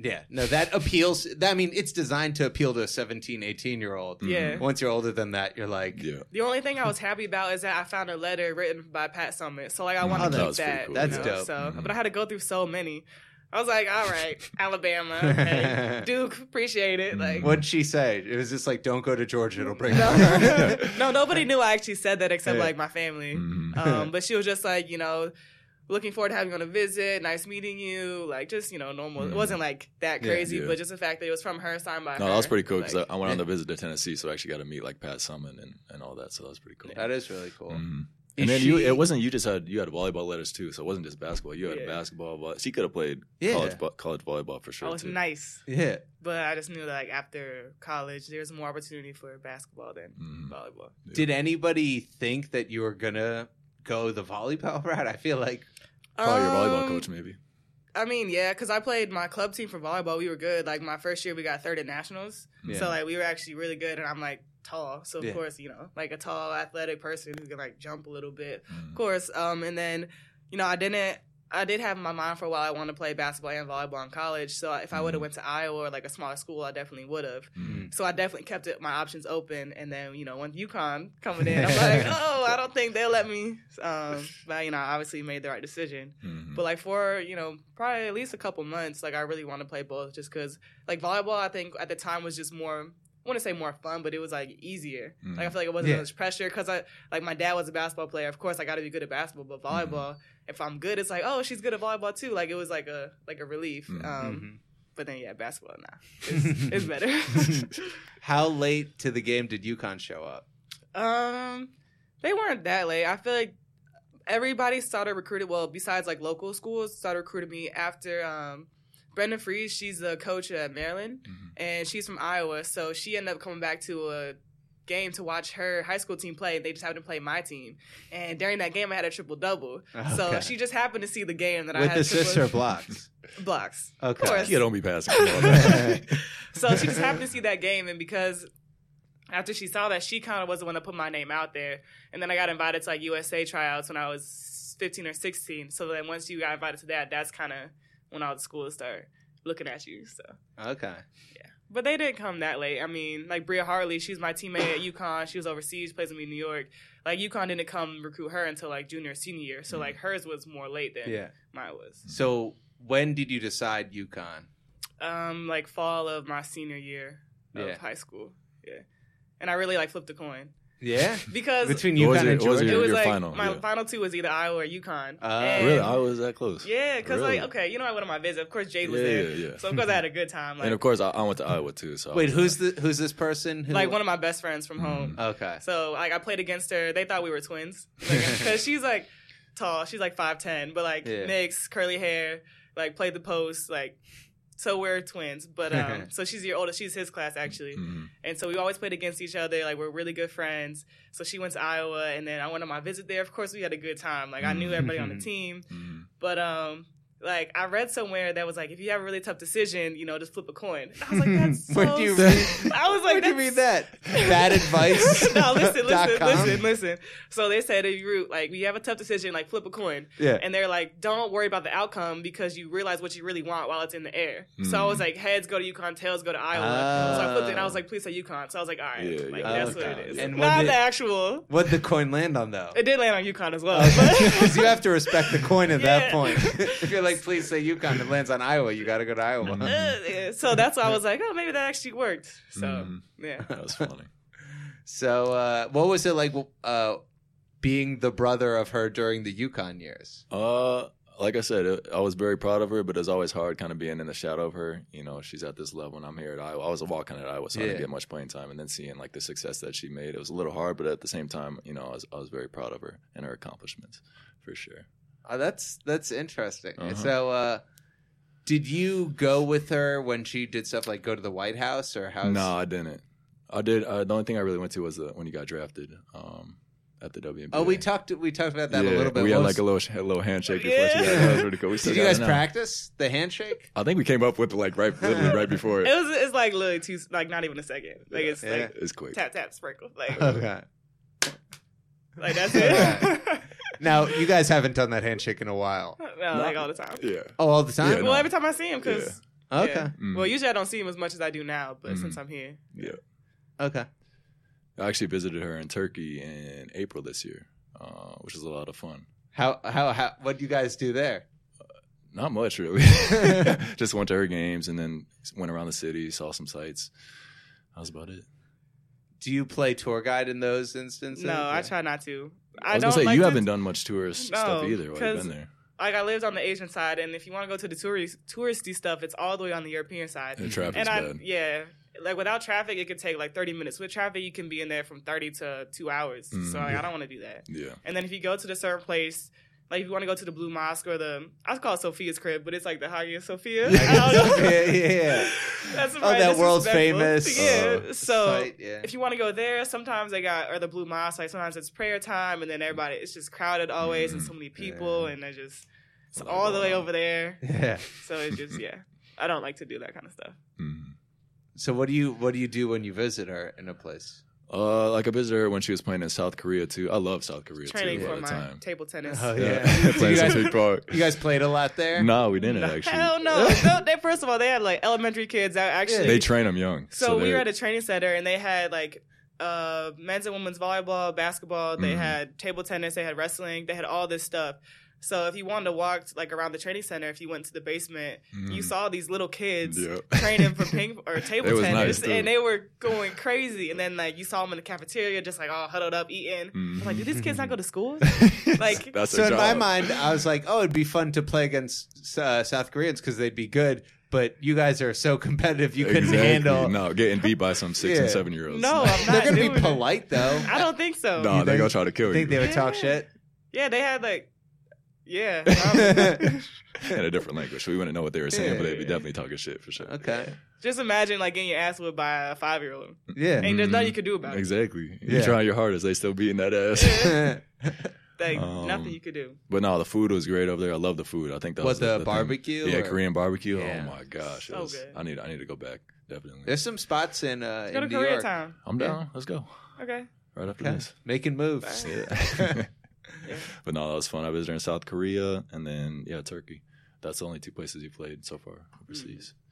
Speaker 3: yeah, no, that appeals. That, I mean, it's designed to appeal to a 17, 18 year old.
Speaker 5: Mm.
Speaker 4: Yeah.
Speaker 3: Once you're older than that, you're like,
Speaker 5: Yeah.
Speaker 4: The only thing I was happy about is that I found a letter written by Pat Summit. So like I
Speaker 5: Mm.
Speaker 4: want
Speaker 3: Oh,
Speaker 4: to
Speaker 3: that
Speaker 4: keep
Speaker 5: was pretty
Speaker 4: that.
Speaker 5: cool.
Speaker 3: That's
Speaker 4: you know?
Speaker 3: dope.
Speaker 4: So,
Speaker 5: Mhm.
Speaker 4: but I had to go through so many. I was like, all right, Alabama, okay. Duke, appreciate it. Like,
Speaker 3: what'd she say? It was just like, don't go to Georgia, it'll break.
Speaker 4: no,
Speaker 5: Mm.
Speaker 4: no, nobody knew I actually said that except
Speaker 3: Yeah.
Speaker 4: like my family.
Speaker 5: Mhm.
Speaker 4: Um, but she was just like, you know, looking forward to having you on a visit. Nice meeting you. Like, just you know, normal.
Speaker 5: Mhm.
Speaker 4: It wasn't like that
Speaker 3: Yeah,
Speaker 4: crazy,
Speaker 5: yeah.
Speaker 4: but just the fact that it was from her, signed by her.
Speaker 5: No, that was pretty cool because
Speaker 4: Like,
Speaker 5: I, I went on the visit to Tennessee, so I actually got to meet like Pat Summin and, and all that. So that was pretty cool.
Speaker 3: That is really cool.
Speaker 5: Mhm.
Speaker 3: Is
Speaker 5: And then you,
Speaker 3: she-
Speaker 5: it wasn't you just had you had volleyball letters too, so it wasn't just basketball. You had
Speaker 4: Yeah.
Speaker 5: basketball. vo- She could have played
Speaker 3: Yeah.
Speaker 5: college bo- college volleyball for sure
Speaker 4: I was
Speaker 5: too.
Speaker 4: nice,
Speaker 3: Yeah.
Speaker 4: but I just knew like after college, there was more opportunity for basketball than
Speaker 5: Mhm.
Speaker 4: volleyball.
Speaker 5: Yeah.
Speaker 3: Did anybody think that you were gonna go the volleyball route? I feel like
Speaker 5: Probably your volleyball
Speaker 4: Um,
Speaker 5: coach, maybe.
Speaker 4: I mean, yeah, because I played my club team for volleyball. We were good. Like my first year, we got third at nationals.
Speaker 3: Yeah.
Speaker 4: So like we were actually really good, and I'm like tall. So of
Speaker 3: Yeah.
Speaker 4: course, you know, like a tall, athletic person who can like jump a little bit,
Speaker 5: Mhm.
Speaker 4: of course. Um, and then you know, I didn't. I did have in my mind for a while I wanted to play basketball and volleyball in college. So if I
Speaker 3: Mm-hmm.
Speaker 4: would have
Speaker 5: Mhm.
Speaker 4: went to Iowa or like a smaller school, I definitely would have.
Speaker 5: Mhm.
Speaker 4: So I definitely kept it, my options open. And then, you know, when UConn coming in, I'm like, oh, I don't think they'll let me. Um, but, you know, I obviously made the right decision.
Speaker 5: Mhm.
Speaker 4: But like for you know probably at least a couple months, like I really want to play both, just because like volleyball, I think at the time was just more. I want to say more fun, but it was like easier.
Speaker 5: Mm.
Speaker 4: Like I feel like it wasn't
Speaker 3: Yeah.
Speaker 4: as much pressure because I like my dad was a basketball player. Of course, I got to be good at basketball, but volleyball. If I'm good, it's like oh she's good at volleyball too. Like it was like a like a relief.
Speaker 5: Mm.
Speaker 4: Um,
Speaker 3: Mm-hmm.
Speaker 4: But then yeah, basketball nah, Mm-hmm. it's, it's better.
Speaker 3: How late to the game did UConn show up?
Speaker 4: um, they weren't that late. I feel like everybody started recruiting. Well, besides like local schools, started recruiting me after um, Brenda Freeze. She's a coach at Maryland,
Speaker 5: Mhm.
Speaker 4: and she's from Iowa. So she ended up coming back to a game to watch her high school team play. They just happened to play my team, and during that game, I had a triple double. So
Speaker 3: Okay.
Speaker 4: she just happened to see the game that I
Speaker 3: with
Speaker 4: had
Speaker 3: the
Speaker 4: triple
Speaker 3: sister blocks.
Speaker 4: blocks.
Speaker 3: Okay.
Speaker 4: course.
Speaker 5: You don't be passing. the ball back.
Speaker 4: So she just happened to see that game, and because after she saw that, she kind of was the one to put my name out there. And then I got invited to like USA tryouts when I was 15 or 16. So then once you got invited to that, that's kind of when all the schools start looking at you. So,
Speaker 3: okay.
Speaker 4: but they didn't come that late. I mean, like Bria Harley, she's my teammate at UConn. She was overseas, plays with me in New York. Like UConn didn't come recruit her until like junior, senior year. So like hers was more late than
Speaker 3: Yeah.
Speaker 4: mine was.
Speaker 3: So when did you decide UConn?
Speaker 4: um like fall of my senior year of
Speaker 3: Yeah.
Speaker 4: high school. Yeah. And I really like flipped a coin
Speaker 3: Yeah.
Speaker 4: because
Speaker 3: Between
Speaker 5: What
Speaker 3: UConn
Speaker 5: was your-
Speaker 3: and
Speaker 5: what was
Speaker 3: Georgia.
Speaker 4: it
Speaker 5: your-
Speaker 4: was like
Speaker 5: final,
Speaker 4: my
Speaker 5: yeah.
Speaker 4: final two was either Iowa or UConn.
Speaker 3: Oh.
Speaker 4: And-
Speaker 5: really, I was that close.
Speaker 4: Yeah, because
Speaker 5: Really?
Speaker 4: like okay, you know I went on my visit. Of course Jade was
Speaker 5: Yeah,
Speaker 4: there,
Speaker 5: yeah, yeah.
Speaker 4: so of course I had a good time. Like,
Speaker 5: and of course, I, I went to Iowa too. So I
Speaker 3: Wait,
Speaker 5: was
Speaker 3: who's the who's this person? Who,
Speaker 4: like one of my best friends from home.
Speaker 5: Mm.
Speaker 3: Okay.
Speaker 4: So like I played against her. They thought we were twins because she's like tall. She's like five ten, but like
Speaker 3: Yeah.
Speaker 4: mixed, curly hair. Like played the post. Like so we're twins. But um, so she's your oldest. She's his class actually.
Speaker 5: Mhm.
Speaker 4: And so we always played against each other. Like we're really good friends. So she went to Iowa, and then I went on my visit there. Of course, we had a good time. Like I knew everybody
Speaker 3: Mm-hmm.
Speaker 4: on the team.
Speaker 5: Mhm.
Speaker 4: But um, like I read somewhere that was like, if you have a really tough decision, you know, just flip a coin. I was like, that's so.
Speaker 3: Where do you read?
Speaker 4: I was like,
Speaker 3: Where do you
Speaker 4: that's-
Speaker 3: read that? Bad advice.
Speaker 4: no, listen,
Speaker 3: dot
Speaker 4: listen,
Speaker 3: com?
Speaker 4: listen, listen. So they said if you root, like you have a tough decision, like flip a coin.
Speaker 3: Yeah.
Speaker 4: And they're like, don't worry about the outcome because you realize what you really want while it's in the air. So I
Speaker 3: Mm.
Speaker 4: was like, heads go to UConn, tails go to Iowa. so I flipped
Speaker 3: Ah.
Speaker 4: it and I was like, please say UConn. So I was like, all right,
Speaker 5: Yeah,
Speaker 4: like,
Speaker 5: yeah.
Speaker 4: that's what
Speaker 3: Okay.
Speaker 4: it is.
Speaker 3: And when
Speaker 4: Not
Speaker 3: did-
Speaker 4: the actual.
Speaker 3: What'd the coin land on though?
Speaker 4: It did land on UConn as well.
Speaker 3: Because you have to respect the coin at that
Speaker 4: Yeah.
Speaker 3: point. if you're like, please say UConn, it lands on Iowa. You got to go to Iowa.
Speaker 4: but, Uh, yeah, so that's why I was like, oh, maybe that actually worked. So
Speaker 3: Mm-hmm.
Speaker 5: Mhm.
Speaker 4: yeah.
Speaker 5: That was funny.
Speaker 3: So, uh, what was it like uh, being the brother of her during the Yukon years?
Speaker 5: Uh, like I said, it- I was very proud of her, but it's always hard kind of being in the shadow of her. You know, she's at this level, and I'm here at Iowa. I was walking at Iowa, so I
Speaker 3: Yeah.
Speaker 5: didn't get much playing time. And then seeing like the success that she made, it was a little hard, but at the same time, you know, I was, I was very proud of her and her accomplishments for sure.
Speaker 3: Oh, that's that's interesting.
Speaker 5: Uh-huh.
Speaker 3: So, uh, did you go with her when she did stuff like go to the White House or how?
Speaker 5: uh, No, I didn't. I did. Uh, the only thing I really went to was the, when you got drafted. Um, at the WNBA.
Speaker 3: Oh, we talked. We talked about that a
Speaker 5: Yeah,
Speaker 3: little bit.
Speaker 5: We
Speaker 3: What
Speaker 5: had
Speaker 3: was-
Speaker 5: like a little, sh- a little handshake before
Speaker 4: Yeah.
Speaker 5: she got That was pretty cool. We still
Speaker 3: Did you
Speaker 5: got
Speaker 3: guys
Speaker 5: it now.
Speaker 3: practice the handshake?
Speaker 5: I think we came up with like right, literally right before
Speaker 4: It
Speaker 5: it.
Speaker 4: was it's like literally two like not even a second. Like it's
Speaker 3: Yeah.
Speaker 4: like
Speaker 5: It's quick.
Speaker 4: tap tap sprinkle. Like
Speaker 3: Okay.
Speaker 4: like that's it.
Speaker 3: Now you guys haven't done that handshake in a while.
Speaker 4: no, like all the time.
Speaker 5: Yeah.
Speaker 3: Oh, all the time.
Speaker 5: Yeah,
Speaker 4: Well,
Speaker 5: no.
Speaker 4: every time I see him, because
Speaker 3: Okay.
Speaker 5: Mm.
Speaker 4: well, usually I don't see him as much as I do now, but
Speaker 3: Mm-hmm.
Speaker 5: Mhm.
Speaker 4: since I'm here,
Speaker 5: Yeah.
Speaker 3: Okay.
Speaker 5: I actually visited her in Turkey in April this year, uh, which was a lot of fun.
Speaker 3: How how how? What do you guys do there?
Speaker 5: Not much really. Just went to her games and then went around the city, saw some sights. That was about it.
Speaker 3: Do you play tour guide in those instances?
Speaker 4: no, I
Speaker 3: Yeah.
Speaker 4: try not to.
Speaker 5: I,
Speaker 4: I,
Speaker 5: was
Speaker 4: don't
Speaker 5: gonna say
Speaker 4: like
Speaker 5: you
Speaker 4: to-
Speaker 5: haven't done much tourist stuff
Speaker 4: No,
Speaker 5: either while you've
Speaker 4: 'cause-
Speaker 5: been there.
Speaker 4: Like I lived on the Asian side, and if you want to go to the tourist touristy stuff, it's all the way on the European side.
Speaker 5: The traffic's
Speaker 4: and I
Speaker 5: bad.
Speaker 4: yeah, like without traffic, it could take like 30 minutes. With traffic, you can be in there from 30 to two hours.
Speaker 5: Mhm.
Speaker 4: So like, I don't want to do that.
Speaker 5: Yeah.
Speaker 4: And then if you go to the certain place, like if you want to go to the Blue Mosque or the I call it Sophia's crib, but it's like the Hagia Sophia. I don't know.
Speaker 3: yeah, yeah.
Speaker 4: That's
Speaker 3: Oh,
Speaker 4: probably
Speaker 3: that world
Speaker 4: disrespectful.
Speaker 3: famous.
Speaker 4: Yeah.
Speaker 3: uh,
Speaker 4: so
Speaker 3: site, yeah.
Speaker 4: if you want to go there, sometimes they got or the Blue Mosque. Like sometimes it's prayer time, and then everybody it's just crowded always, and so many people,
Speaker 3: Yeah.
Speaker 4: and they're just it's
Speaker 5: A lot
Speaker 4: all the
Speaker 5: going
Speaker 4: way
Speaker 5: on.
Speaker 4: over there.
Speaker 3: yeah.
Speaker 4: So it's just yeah. I don't like to do that kind of stuff.
Speaker 5: Mm.
Speaker 3: So what do you what do you do when you visit her in a place?
Speaker 5: Uh, like I visited her when she was playing in South Korea too. I love South Korea
Speaker 4: Training
Speaker 5: too. a
Speaker 4: for
Speaker 5: lot
Speaker 4: my
Speaker 5: of time.
Speaker 4: table tennis.
Speaker 3: Oh, yeah.
Speaker 5: playing
Speaker 3: You
Speaker 5: some
Speaker 3: guys-
Speaker 5: kickball.
Speaker 3: You guys played a lot there.
Speaker 5: No, we didn't actually.
Speaker 4: Hell no. no they, first of all, they had like elementary kids that actually
Speaker 5: They train them young.
Speaker 4: So, we
Speaker 5: they're-
Speaker 4: were at a training center and they had like uh, men's and women's volleyball, basketball. They
Speaker 5: Mhm.
Speaker 4: had table tennis. They had wrestling. They had all this stuff. So if you wanted to walk like around the training center, if you went to the basement, you
Speaker 5: Mm.
Speaker 4: saw these little kids
Speaker 5: Yeah.
Speaker 4: training for ping or table
Speaker 5: It was
Speaker 4: tennis,
Speaker 5: nice, too.
Speaker 4: and they were going crazy. And then like you saw them in the cafeteria, just like all huddled up eating. I'm like, did these kids not go to school? like,
Speaker 5: Mm-hmm. That's
Speaker 3: So
Speaker 5: her
Speaker 3: in my
Speaker 5: job.
Speaker 3: mind, I was like, oh, it'd be fun to play against uh, South Koreans because they'd be good. But you guys are so competitive, you couldn't
Speaker 5: Exactly.
Speaker 3: handle.
Speaker 5: no getting beat by some six and
Speaker 3: Yeah.
Speaker 5: seven year olds.
Speaker 4: no, I'm not.
Speaker 3: They're gonna
Speaker 4: doing
Speaker 3: be
Speaker 4: it.
Speaker 3: polite though.
Speaker 4: I don't think so.
Speaker 5: no,
Speaker 3: think-
Speaker 5: they're gonna try to kill you
Speaker 3: think they would talk
Speaker 4: Yeah.
Speaker 3: shit.
Speaker 4: Yeah, they had like, yeah. um,
Speaker 5: in a different language. We wouldn't know what they were saying, but they'd be
Speaker 3: Yeah.
Speaker 5: definitely talking shit for sure.
Speaker 3: okay.
Speaker 4: Just imagine like getting your ass whipped by a five year old.
Speaker 3: Yeah.
Speaker 4: Ain't there's nothing
Speaker 5: Mhm.
Speaker 4: you could do about it.
Speaker 5: Exactly.
Speaker 3: Yeah.
Speaker 5: You're trying your hardest. They still beating that ass.
Speaker 4: Like
Speaker 5: Um,
Speaker 4: nothing you could do.
Speaker 5: but no, the food was great over there. I love the food. I think that was
Speaker 3: what the
Speaker 5: thing.
Speaker 3: barbecue?
Speaker 5: Yeah,
Speaker 3: or-
Speaker 5: Korean barbecue.
Speaker 3: Yeah.
Speaker 5: Oh my gosh, it
Speaker 4: So
Speaker 5: was-
Speaker 4: good.
Speaker 5: I need I need to go back definitely.
Speaker 3: There's some spots in uh,
Speaker 4: Let's go
Speaker 3: in
Speaker 4: to
Speaker 3: New
Speaker 4: Korea
Speaker 3: York.
Speaker 4: time.
Speaker 5: I'm
Speaker 3: Yeah.
Speaker 5: down. Let's go
Speaker 4: Okay.
Speaker 5: right after
Speaker 3: Okay.
Speaker 5: this.
Speaker 3: Making moves.
Speaker 5: Yeah.
Speaker 4: Yeah.
Speaker 5: but no, that was fun. I visited in South Korea and then yeah, Turkey. That's the only two places you played so far overseas.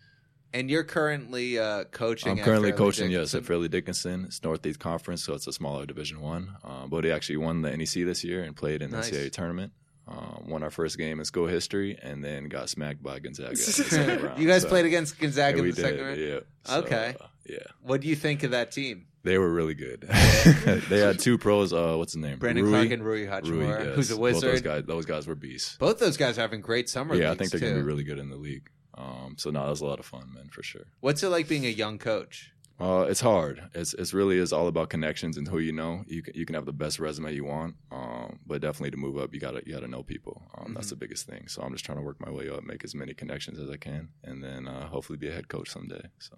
Speaker 3: And you're currently uh, coaching.
Speaker 5: I'm
Speaker 3: at
Speaker 5: currently
Speaker 3: Mm-hmm. Fairleigh
Speaker 5: coaching, yes,
Speaker 3: Dickinson.
Speaker 5: at Fairleigh Dickinson. It's Northeast Conference, so it's a smaller Division One. Um, but he actually won the NEC this year and played in the
Speaker 3: Nice.
Speaker 5: NCAA tournament. Um, won our first game in school history, and then got smacked by Gonzaga. in the second round.
Speaker 3: you guys
Speaker 5: So-
Speaker 3: played against
Speaker 5: Yeah,
Speaker 3: Gonzaga
Speaker 5: we
Speaker 3: in the second
Speaker 5: did,
Speaker 3: round.
Speaker 5: Yeah. So,
Speaker 3: Okay.
Speaker 5: uh, yeah,
Speaker 3: What do you think of that team?
Speaker 5: they were really good. they had two pros. Uh, what's his name?
Speaker 3: Brandon
Speaker 5: Rui.
Speaker 3: Clark and Rui Hachimura,
Speaker 5: yes.
Speaker 3: who's a
Speaker 5: Both those
Speaker 3: wizard.
Speaker 5: guys, those guys were beasts.
Speaker 3: Both those guys are having great summer.
Speaker 5: Yeah, I
Speaker 3: leagues,
Speaker 5: think they're gonna
Speaker 3: too.
Speaker 5: be really good in the league. Um, so no, that was a lot of fun, man, for sure.
Speaker 3: What's it like being a young coach?
Speaker 5: Uh, it's hard. It's it really is all about connections and who you know. You can, you can have the best resume you want, um, but definitely to move up, you gotta you gotta know people. Um,
Speaker 3: Mm-hmm.
Speaker 5: That's the biggest thing. So I'm just trying to work my way up, make as many connections as I can, and then uh, hopefully be a head coach someday. So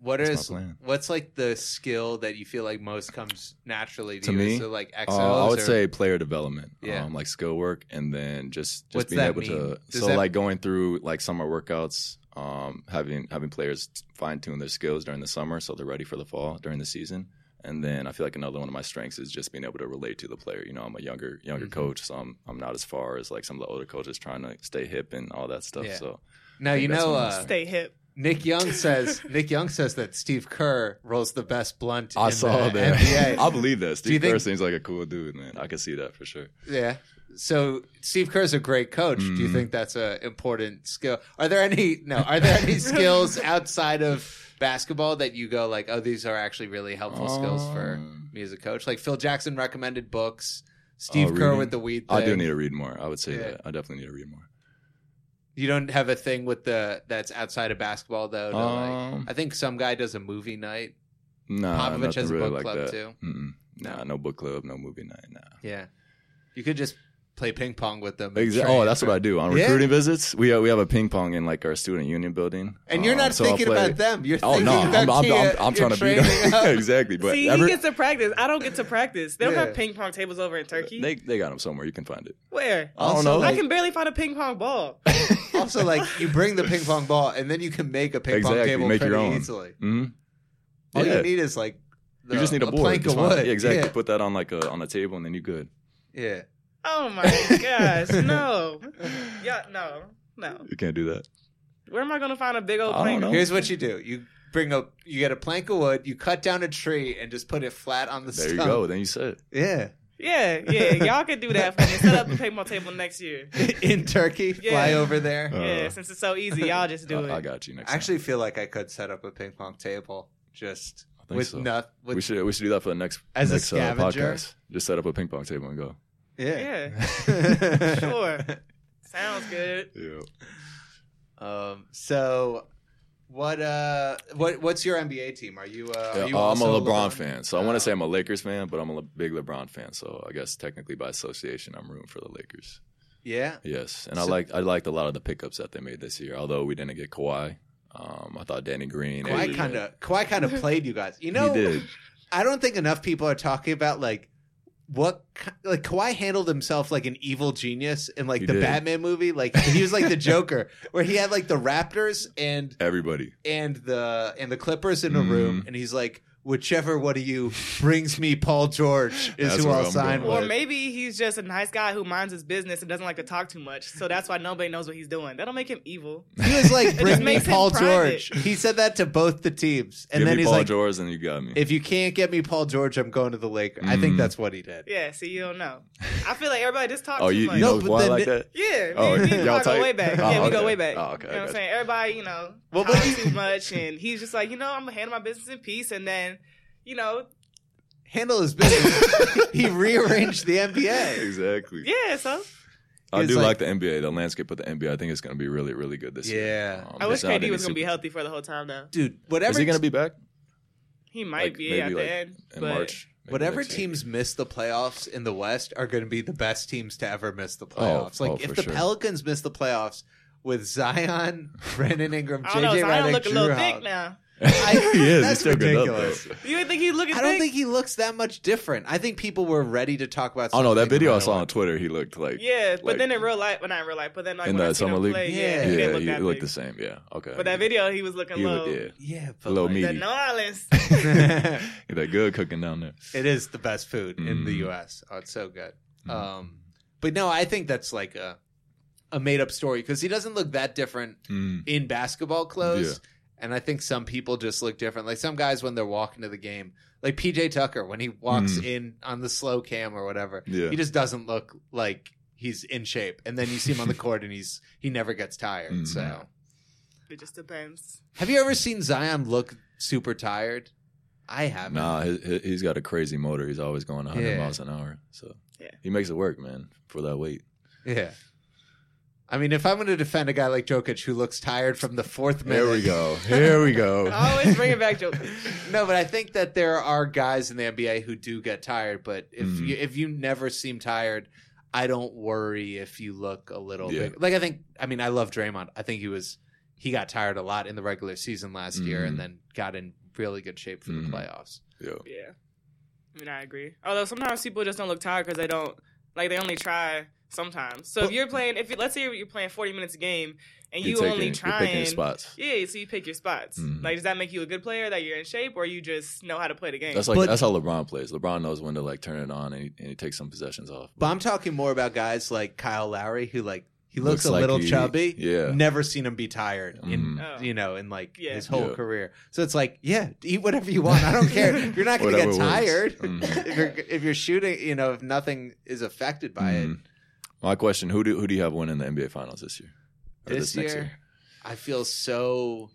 Speaker 3: What
Speaker 5: That's my
Speaker 3: is
Speaker 5: plan.
Speaker 3: what's like the skill that you feel like most comes naturally to,
Speaker 5: To
Speaker 3: you?
Speaker 5: me?
Speaker 3: Is it like XOs?
Speaker 5: uh, I would
Speaker 3: or-
Speaker 5: say player development,
Speaker 3: Yeah.
Speaker 5: um, like skill work, and then just just
Speaker 3: What's
Speaker 5: being
Speaker 3: that
Speaker 5: able
Speaker 3: mean?
Speaker 5: to.
Speaker 3: Does
Speaker 5: so
Speaker 3: that-
Speaker 5: like going through like summer workouts, um, having having players fine tune their skills during the summer so they're ready for the fall during the season. And then I feel like another one of my strengths is just being able to relate to the player. You know, I'm a younger younger
Speaker 3: Mhm.
Speaker 5: coach, so I'm I'm not as far as like some of the older coaches trying to stay hip and all that stuff.
Speaker 3: Yeah.
Speaker 5: So
Speaker 3: now you
Speaker 5: that's
Speaker 3: know
Speaker 5: what I'm
Speaker 3: uh,
Speaker 4: Stay hip.
Speaker 3: Nick Young says Nick Young says that Steve Kerr rolls the best blunt.
Speaker 5: I
Speaker 3: in
Speaker 5: saw
Speaker 3: the
Speaker 5: that.
Speaker 3: NBA.
Speaker 5: I believe that.
Speaker 3: Do you
Speaker 5: Steve Kerr
Speaker 3: think-
Speaker 5: seems like a cool dude, man. I can see that for sure.
Speaker 3: Yeah. So Steve Kerr's a great coach. Do you
Speaker 5: Mhm.
Speaker 3: think that's an important skill? Are there any no? Are there any skills outside of basketball that you go like, oh, these are actually really helpful skills for
Speaker 5: Um,
Speaker 3: me as a coach? Like Phil Jackson recommended books. Steve
Speaker 5: Oh,
Speaker 3: Kerr
Speaker 5: reading?
Speaker 3: with the weed. Thing.
Speaker 5: I do need to read more. I would say
Speaker 3: Yeah.
Speaker 5: that. I definitely need to read more.
Speaker 3: You don't have a thing with the that's outside of basketball though. To
Speaker 5: Um,
Speaker 3: Oh, like, I think some guy does a movie night.
Speaker 5: Nah,
Speaker 3: Popovich
Speaker 5: nothing
Speaker 3: has a
Speaker 5: uh, really
Speaker 3: book
Speaker 5: like
Speaker 3: club
Speaker 5: that.
Speaker 3: too.
Speaker 5: Mm-mm. Nah, no book club, no movie night. Nah,
Speaker 3: Yeah, you could just play ping pong with them. and
Speaker 5: Exactly.
Speaker 3: train
Speaker 5: Oh, that's
Speaker 3: for-
Speaker 5: what I do on
Speaker 3: Yeah.
Speaker 5: recruiting visits. We have, we have a ping pong in like our student union building,
Speaker 3: And you're
Speaker 5: Um,
Speaker 3: not
Speaker 5: so I'll
Speaker 3: thinking
Speaker 5: play-
Speaker 3: about them. You're
Speaker 5: Oh
Speaker 3: thinking
Speaker 5: no,
Speaker 3: about
Speaker 5: I'm, I'm,
Speaker 3: Tia.
Speaker 5: I'm, I'm
Speaker 3: You're
Speaker 5: trying to beat
Speaker 3: training up.
Speaker 5: them exactly. But
Speaker 4: See,
Speaker 5: every-
Speaker 4: he gets to practice. I don't get to practice. They don't
Speaker 3: Yeah.
Speaker 4: have ping pong tables over in Turkey.
Speaker 5: they they got them somewhere. You can find it.
Speaker 4: Where?
Speaker 5: I don't
Speaker 3: Also,
Speaker 5: know.
Speaker 4: I can barely find a ping pong ball.
Speaker 3: also, like you bring the ping pong ball, and then you can make a ping pong
Speaker 5: Exactly,
Speaker 3: table
Speaker 5: make your
Speaker 3: pretty
Speaker 5: own.
Speaker 3: easily.
Speaker 5: hmm
Speaker 3: All
Speaker 5: Yeah.
Speaker 3: Oh, you need is like the,
Speaker 5: you just need a, board.
Speaker 3: plank
Speaker 5: Just
Speaker 3: of
Speaker 5: find-
Speaker 3: wood.
Speaker 5: Yeah, exactly.
Speaker 3: Yeah.
Speaker 5: Put that on like a on a table, and then you good.
Speaker 3: yeah.
Speaker 4: Oh my gosh, no. Yeah, no, no.
Speaker 5: You can't do that.
Speaker 4: Where am I gonna find a big old
Speaker 5: I don't
Speaker 4: plant?
Speaker 5: know.
Speaker 3: Here's what you do: you bring up, you get a plank of wood, you cut down a tree, and just put it flat on the
Speaker 5: There you
Speaker 3: stump.
Speaker 5: go. Then you set. it.
Speaker 3: Yeah,
Speaker 4: Yeah, yeah. Y'all could do that for me. Set up a ping pong table next year.
Speaker 3: in Turkey,
Speaker 4: Yeah.
Speaker 3: fly over there.
Speaker 5: Uh,
Speaker 4: Yeah, since it's so easy, y'all just do it.
Speaker 5: I, I got you next.
Speaker 3: I actually feel like I could set up a ping pong table just
Speaker 5: time. I think
Speaker 3: with
Speaker 5: so.
Speaker 3: nothing.
Speaker 5: we should we should do that for the next
Speaker 3: As a
Speaker 5: next, uh,
Speaker 3: scavenger?
Speaker 5: podcast. Just set up a ping pong table and go.
Speaker 3: yeah,
Speaker 4: Yeah, sure. Sounds good.
Speaker 5: Yeah.
Speaker 3: Um, so what uh what what's your NBA team? Are you uh are
Speaker 5: Yeah,
Speaker 3: you
Speaker 5: uh, I'm a
Speaker 3: also
Speaker 5: LeBron, fan, so I want
Speaker 3: Oh.
Speaker 5: to say I'm a Lakers fan, but I'm a Le- big LeBron fan. So I guess technically by association, I'm rooting for the Lakers.
Speaker 3: Yeah.
Speaker 5: Yes, and I
Speaker 3: So-
Speaker 5: liked I liked a lot of the pickups that they made this year. Although we didn't get Kawhi, um, I thought Danny Green.
Speaker 3: Kawhi
Speaker 5: Avery-
Speaker 3: kind of Kawhi kind of played you guys. You know,
Speaker 5: he did.
Speaker 3: I don't think enough people are talking about like what ki- like Kawhi handled himself like an evil genius in like
Speaker 5: He
Speaker 3: the
Speaker 5: did.
Speaker 3: Batman movie. Like he was like the Joker, where he had like the Raptors and
Speaker 5: Everybody.
Speaker 3: and the and the Clippers in a room,
Speaker 5: Mhm.
Speaker 3: and he's like, whichever one of you brings me Paul George is
Speaker 5: That's
Speaker 3: who
Speaker 5: where
Speaker 3: I'll
Speaker 5: I'm
Speaker 3: sign
Speaker 5: going.
Speaker 4: Or
Speaker 3: with.
Speaker 4: maybe he's just a nice guy who minds his business and doesn't like to talk too much, so that's why nobody knows what he's doing. That'll make him evil.
Speaker 3: He was like,
Speaker 4: just
Speaker 3: "Bring me
Speaker 4: makes him
Speaker 3: Paul
Speaker 4: private.
Speaker 3: George." He said that to both the teams, and
Speaker 5: Give
Speaker 3: then
Speaker 5: me
Speaker 3: he's
Speaker 5: Paul
Speaker 3: like,
Speaker 5: George, and you got me.
Speaker 3: "If you can't get me Paul George, I'm going to the Lakers." I think
Speaker 5: Mm.
Speaker 3: that's what he did.
Speaker 4: Yeah, see, you don't know. I feel like everybody just talks
Speaker 5: oh,
Speaker 4: too
Speaker 5: you,
Speaker 4: much.
Speaker 5: you know
Speaker 3: No, but
Speaker 5: Kawhi
Speaker 3: then-
Speaker 5: like that?
Speaker 4: Yeah, me,
Speaker 5: Oh,
Speaker 4: me and
Speaker 5: y'all
Speaker 4: Kawhi go
Speaker 5: tight?
Speaker 4: way back.
Speaker 5: Oh,
Speaker 4: yeah, we go
Speaker 5: okay.
Speaker 4: way back.
Speaker 5: Oh, okay,
Speaker 4: You know what
Speaker 5: I
Speaker 4: I'm
Speaker 5: got
Speaker 4: saying? Everybody, you know,
Speaker 3: Well, but
Speaker 4: talks
Speaker 3: you-
Speaker 4: too much, and he's just like, you know, I'm gonna handle my business in peace, and then, you know,
Speaker 3: Handle his business. he rearranged the NBA.
Speaker 5: Exactly.
Speaker 4: yeah. So
Speaker 5: I
Speaker 3: It's
Speaker 5: do
Speaker 3: like-
Speaker 5: like, the NBA, the landscape of the NBA. I think it's going to be really, really good this year.
Speaker 3: Yeah.
Speaker 5: Um,
Speaker 4: I wish
Speaker 5: it's not
Speaker 4: KD
Speaker 5: any
Speaker 4: was gonna be
Speaker 5: super-
Speaker 4: healthy for the whole time though.
Speaker 3: Dude, whatever
Speaker 5: Is he going to be back
Speaker 4: He might
Speaker 5: Like,
Speaker 4: be
Speaker 5: maybe,
Speaker 4: at the
Speaker 5: like,
Speaker 4: end,
Speaker 5: in
Speaker 4: but
Speaker 5: March? Maybe
Speaker 3: whatever
Speaker 5: next year.
Speaker 3: teams miss the playoffs in the West are going to be the best teams to ever miss the playoffs. like
Speaker 5: oh,
Speaker 3: if
Speaker 5: for
Speaker 3: the
Speaker 5: sure.
Speaker 3: Pelicans miss the playoffs with Zion, Brandon Ingram,
Speaker 4: I don't know.
Speaker 3: JJ
Speaker 4: Zion
Speaker 3: Redick,
Speaker 4: look a
Speaker 3: Drew
Speaker 4: little
Speaker 3: Holiday.
Speaker 4: thick now.
Speaker 5: he is.
Speaker 3: That's
Speaker 5: He's still good up, though.
Speaker 3: ridiculous.
Speaker 4: You would think he's looking
Speaker 3: I
Speaker 4: thick?
Speaker 3: don't think he looks that much different. I think people were ready to talk about.
Speaker 5: Oh no, that
Speaker 3: something no
Speaker 5: video I
Speaker 3: matter
Speaker 5: saw
Speaker 3: what.
Speaker 5: on Twitter, he looked like
Speaker 4: yeah, but
Speaker 5: like-
Speaker 4: then in real life, well, not in real life, but then like
Speaker 5: in
Speaker 4: when I
Speaker 5: the
Speaker 4: seen him
Speaker 5: summer league.
Speaker 4: play,
Speaker 3: Yeah.
Speaker 4: yeah,
Speaker 5: yeah,
Speaker 4: he didn't look
Speaker 5: he
Speaker 4: that
Speaker 5: looked
Speaker 4: big.
Speaker 5: the same. Yeah, okay.
Speaker 4: But that video, he was looking
Speaker 5: he
Speaker 4: low.
Speaker 5: looked, yeah,
Speaker 3: Yeah, but
Speaker 5: low
Speaker 3: like-
Speaker 5: meat.
Speaker 4: The New Orleans.
Speaker 3: it
Speaker 5: He that good cooking down there.
Speaker 3: is the best food in the
Speaker 5: Mm.
Speaker 3: U.S. Oh, it's so good.
Speaker 5: Mm.
Speaker 3: Um, but no, I think that's like a a made up story because he doesn't look that different
Speaker 5: Mm.
Speaker 3: in basketball clothes. And I think some people just look different. Like some guys when they're walking to the game, like PJ Tucker when he walks
Speaker 5: Mm.
Speaker 3: in on the slow cam or whatever,
Speaker 5: Yeah,
Speaker 3: he just doesn't look like he's in shape. And then you see him on the court and he's he never gets tired.
Speaker 5: Mm.
Speaker 3: So.
Speaker 4: It just depends.
Speaker 3: Have you ever seen Zion look super tired? I haven't.
Speaker 5: nah, he, he- he's got a crazy motor. He's always going 100
Speaker 3: Yeah.
Speaker 5: miles an hour. So
Speaker 4: Yeah.
Speaker 5: he makes it work, man, for that weight.
Speaker 3: Yeah. I mean, if I'm going to defend a guy like Jokic who looks tired from the fourth minute.
Speaker 5: go. Here we go.
Speaker 4: Always bring it back, Joker.
Speaker 3: No, but I think that there are guys in the NBA who do get tired. But if
Speaker 5: Mhm.
Speaker 3: you if you never seem tired, I don't worry if you look a little
Speaker 5: Yeah.
Speaker 3: bit. Like I think, I mean, I love Draymond. I think he was he got tired a lot in the regular season last year,
Speaker 5: Mhm.
Speaker 3: and then got in really good shape for
Speaker 5: Mhm.
Speaker 3: the playoffs.
Speaker 5: Yeah.
Speaker 4: Yeah. I mean, I agree. Although sometimes people just don't look tired because they don't, like, they only try sometimes. So if
Speaker 3: Well-
Speaker 4: you're playing, if you, let's say you're playing 40 minutes a game and you
Speaker 5: You're taking-
Speaker 4: only
Speaker 5: you're
Speaker 4: trying.
Speaker 5: picking spots.
Speaker 4: Yeah, so you pick your spots.
Speaker 5: Mhm.
Speaker 4: Like, does that make you a good player that you're in shape or you just know how to play the game?
Speaker 5: That's like
Speaker 3: But-
Speaker 5: that's how LeBron plays. LeBron knows when to like turn it on and he, and he takes some possessions off.
Speaker 3: But I'm talking more about guys like Kyle Lowry, who like he looks,
Speaker 5: Looks
Speaker 3: a
Speaker 5: like
Speaker 3: little
Speaker 5: he-
Speaker 3: chubby.
Speaker 5: yeah. Mm-hmm.
Speaker 3: never seen him be tired in
Speaker 4: Mm. Oh.
Speaker 3: you know in like
Speaker 4: Yeah.
Speaker 3: his whole
Speaker 5: Yeah.
Speaker 3: career. So it's like, yeah, eat whatever you want. I don't care. You're not going to
Speaker 5: Whatever
Speaker 3: get
Speaker 5: works.
Speaker 3: tired
Speaker 5: Mhm.
Speaker 3: if you're if you're shooting. You know, if nothing is affected by it.
Speaker 5: Mhm. My question: Who do who do you have winning the NBA Finals this year? Or
Speaker 3: This year? I feel so.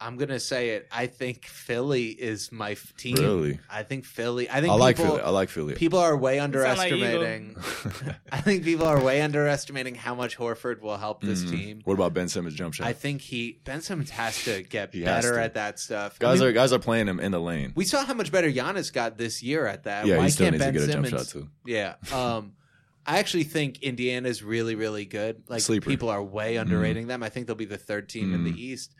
Speaker 3: I'm gonna say it. I think Philly is my f- team.
Speaker 5: Really?
Speaker 3: I think Philly. I think
Speaker 5: I like
Speaker 3: people,
Speaker 5: Philly. I like Philly.
Speaker 3: People are way
Speaker 4: sound like
Speaker 3: underestimating. I think people are way underestimating how much Horford will help this
Speaker 5: Mhm.
Speaker 3: team.
Speaker 5: What about Ben Simmons jump shot?
Speaker 3: I think he Ben Simmons has to get
Speaker 5: He has
Speaker 3: better
Speaker 5: to.
Speaker 3: at that stuff.
Speaker 5: guys
Speaker 3: I mean,
Speaker 5: are guys are playing him in the lane.
Speaker 3: we saw how much better Giannis got this year at that.
Speaker 5: yeah,
Speaker 3: Why
Speaker 5: he still
Speaker 3: can't
Speaker 5: needs
Speaker 3: Ben
Speaker 5: to get a
Speaker 3: Simmons?
Speaker 5: jump shot too.
Speaker 3: Yeah. Um, I actually think Indiana's really, really good. Like
Speaker 5: Sleeper. Mm-hmm.
Speaker 3: people are way underrating them. I think they'll be the third team in the East.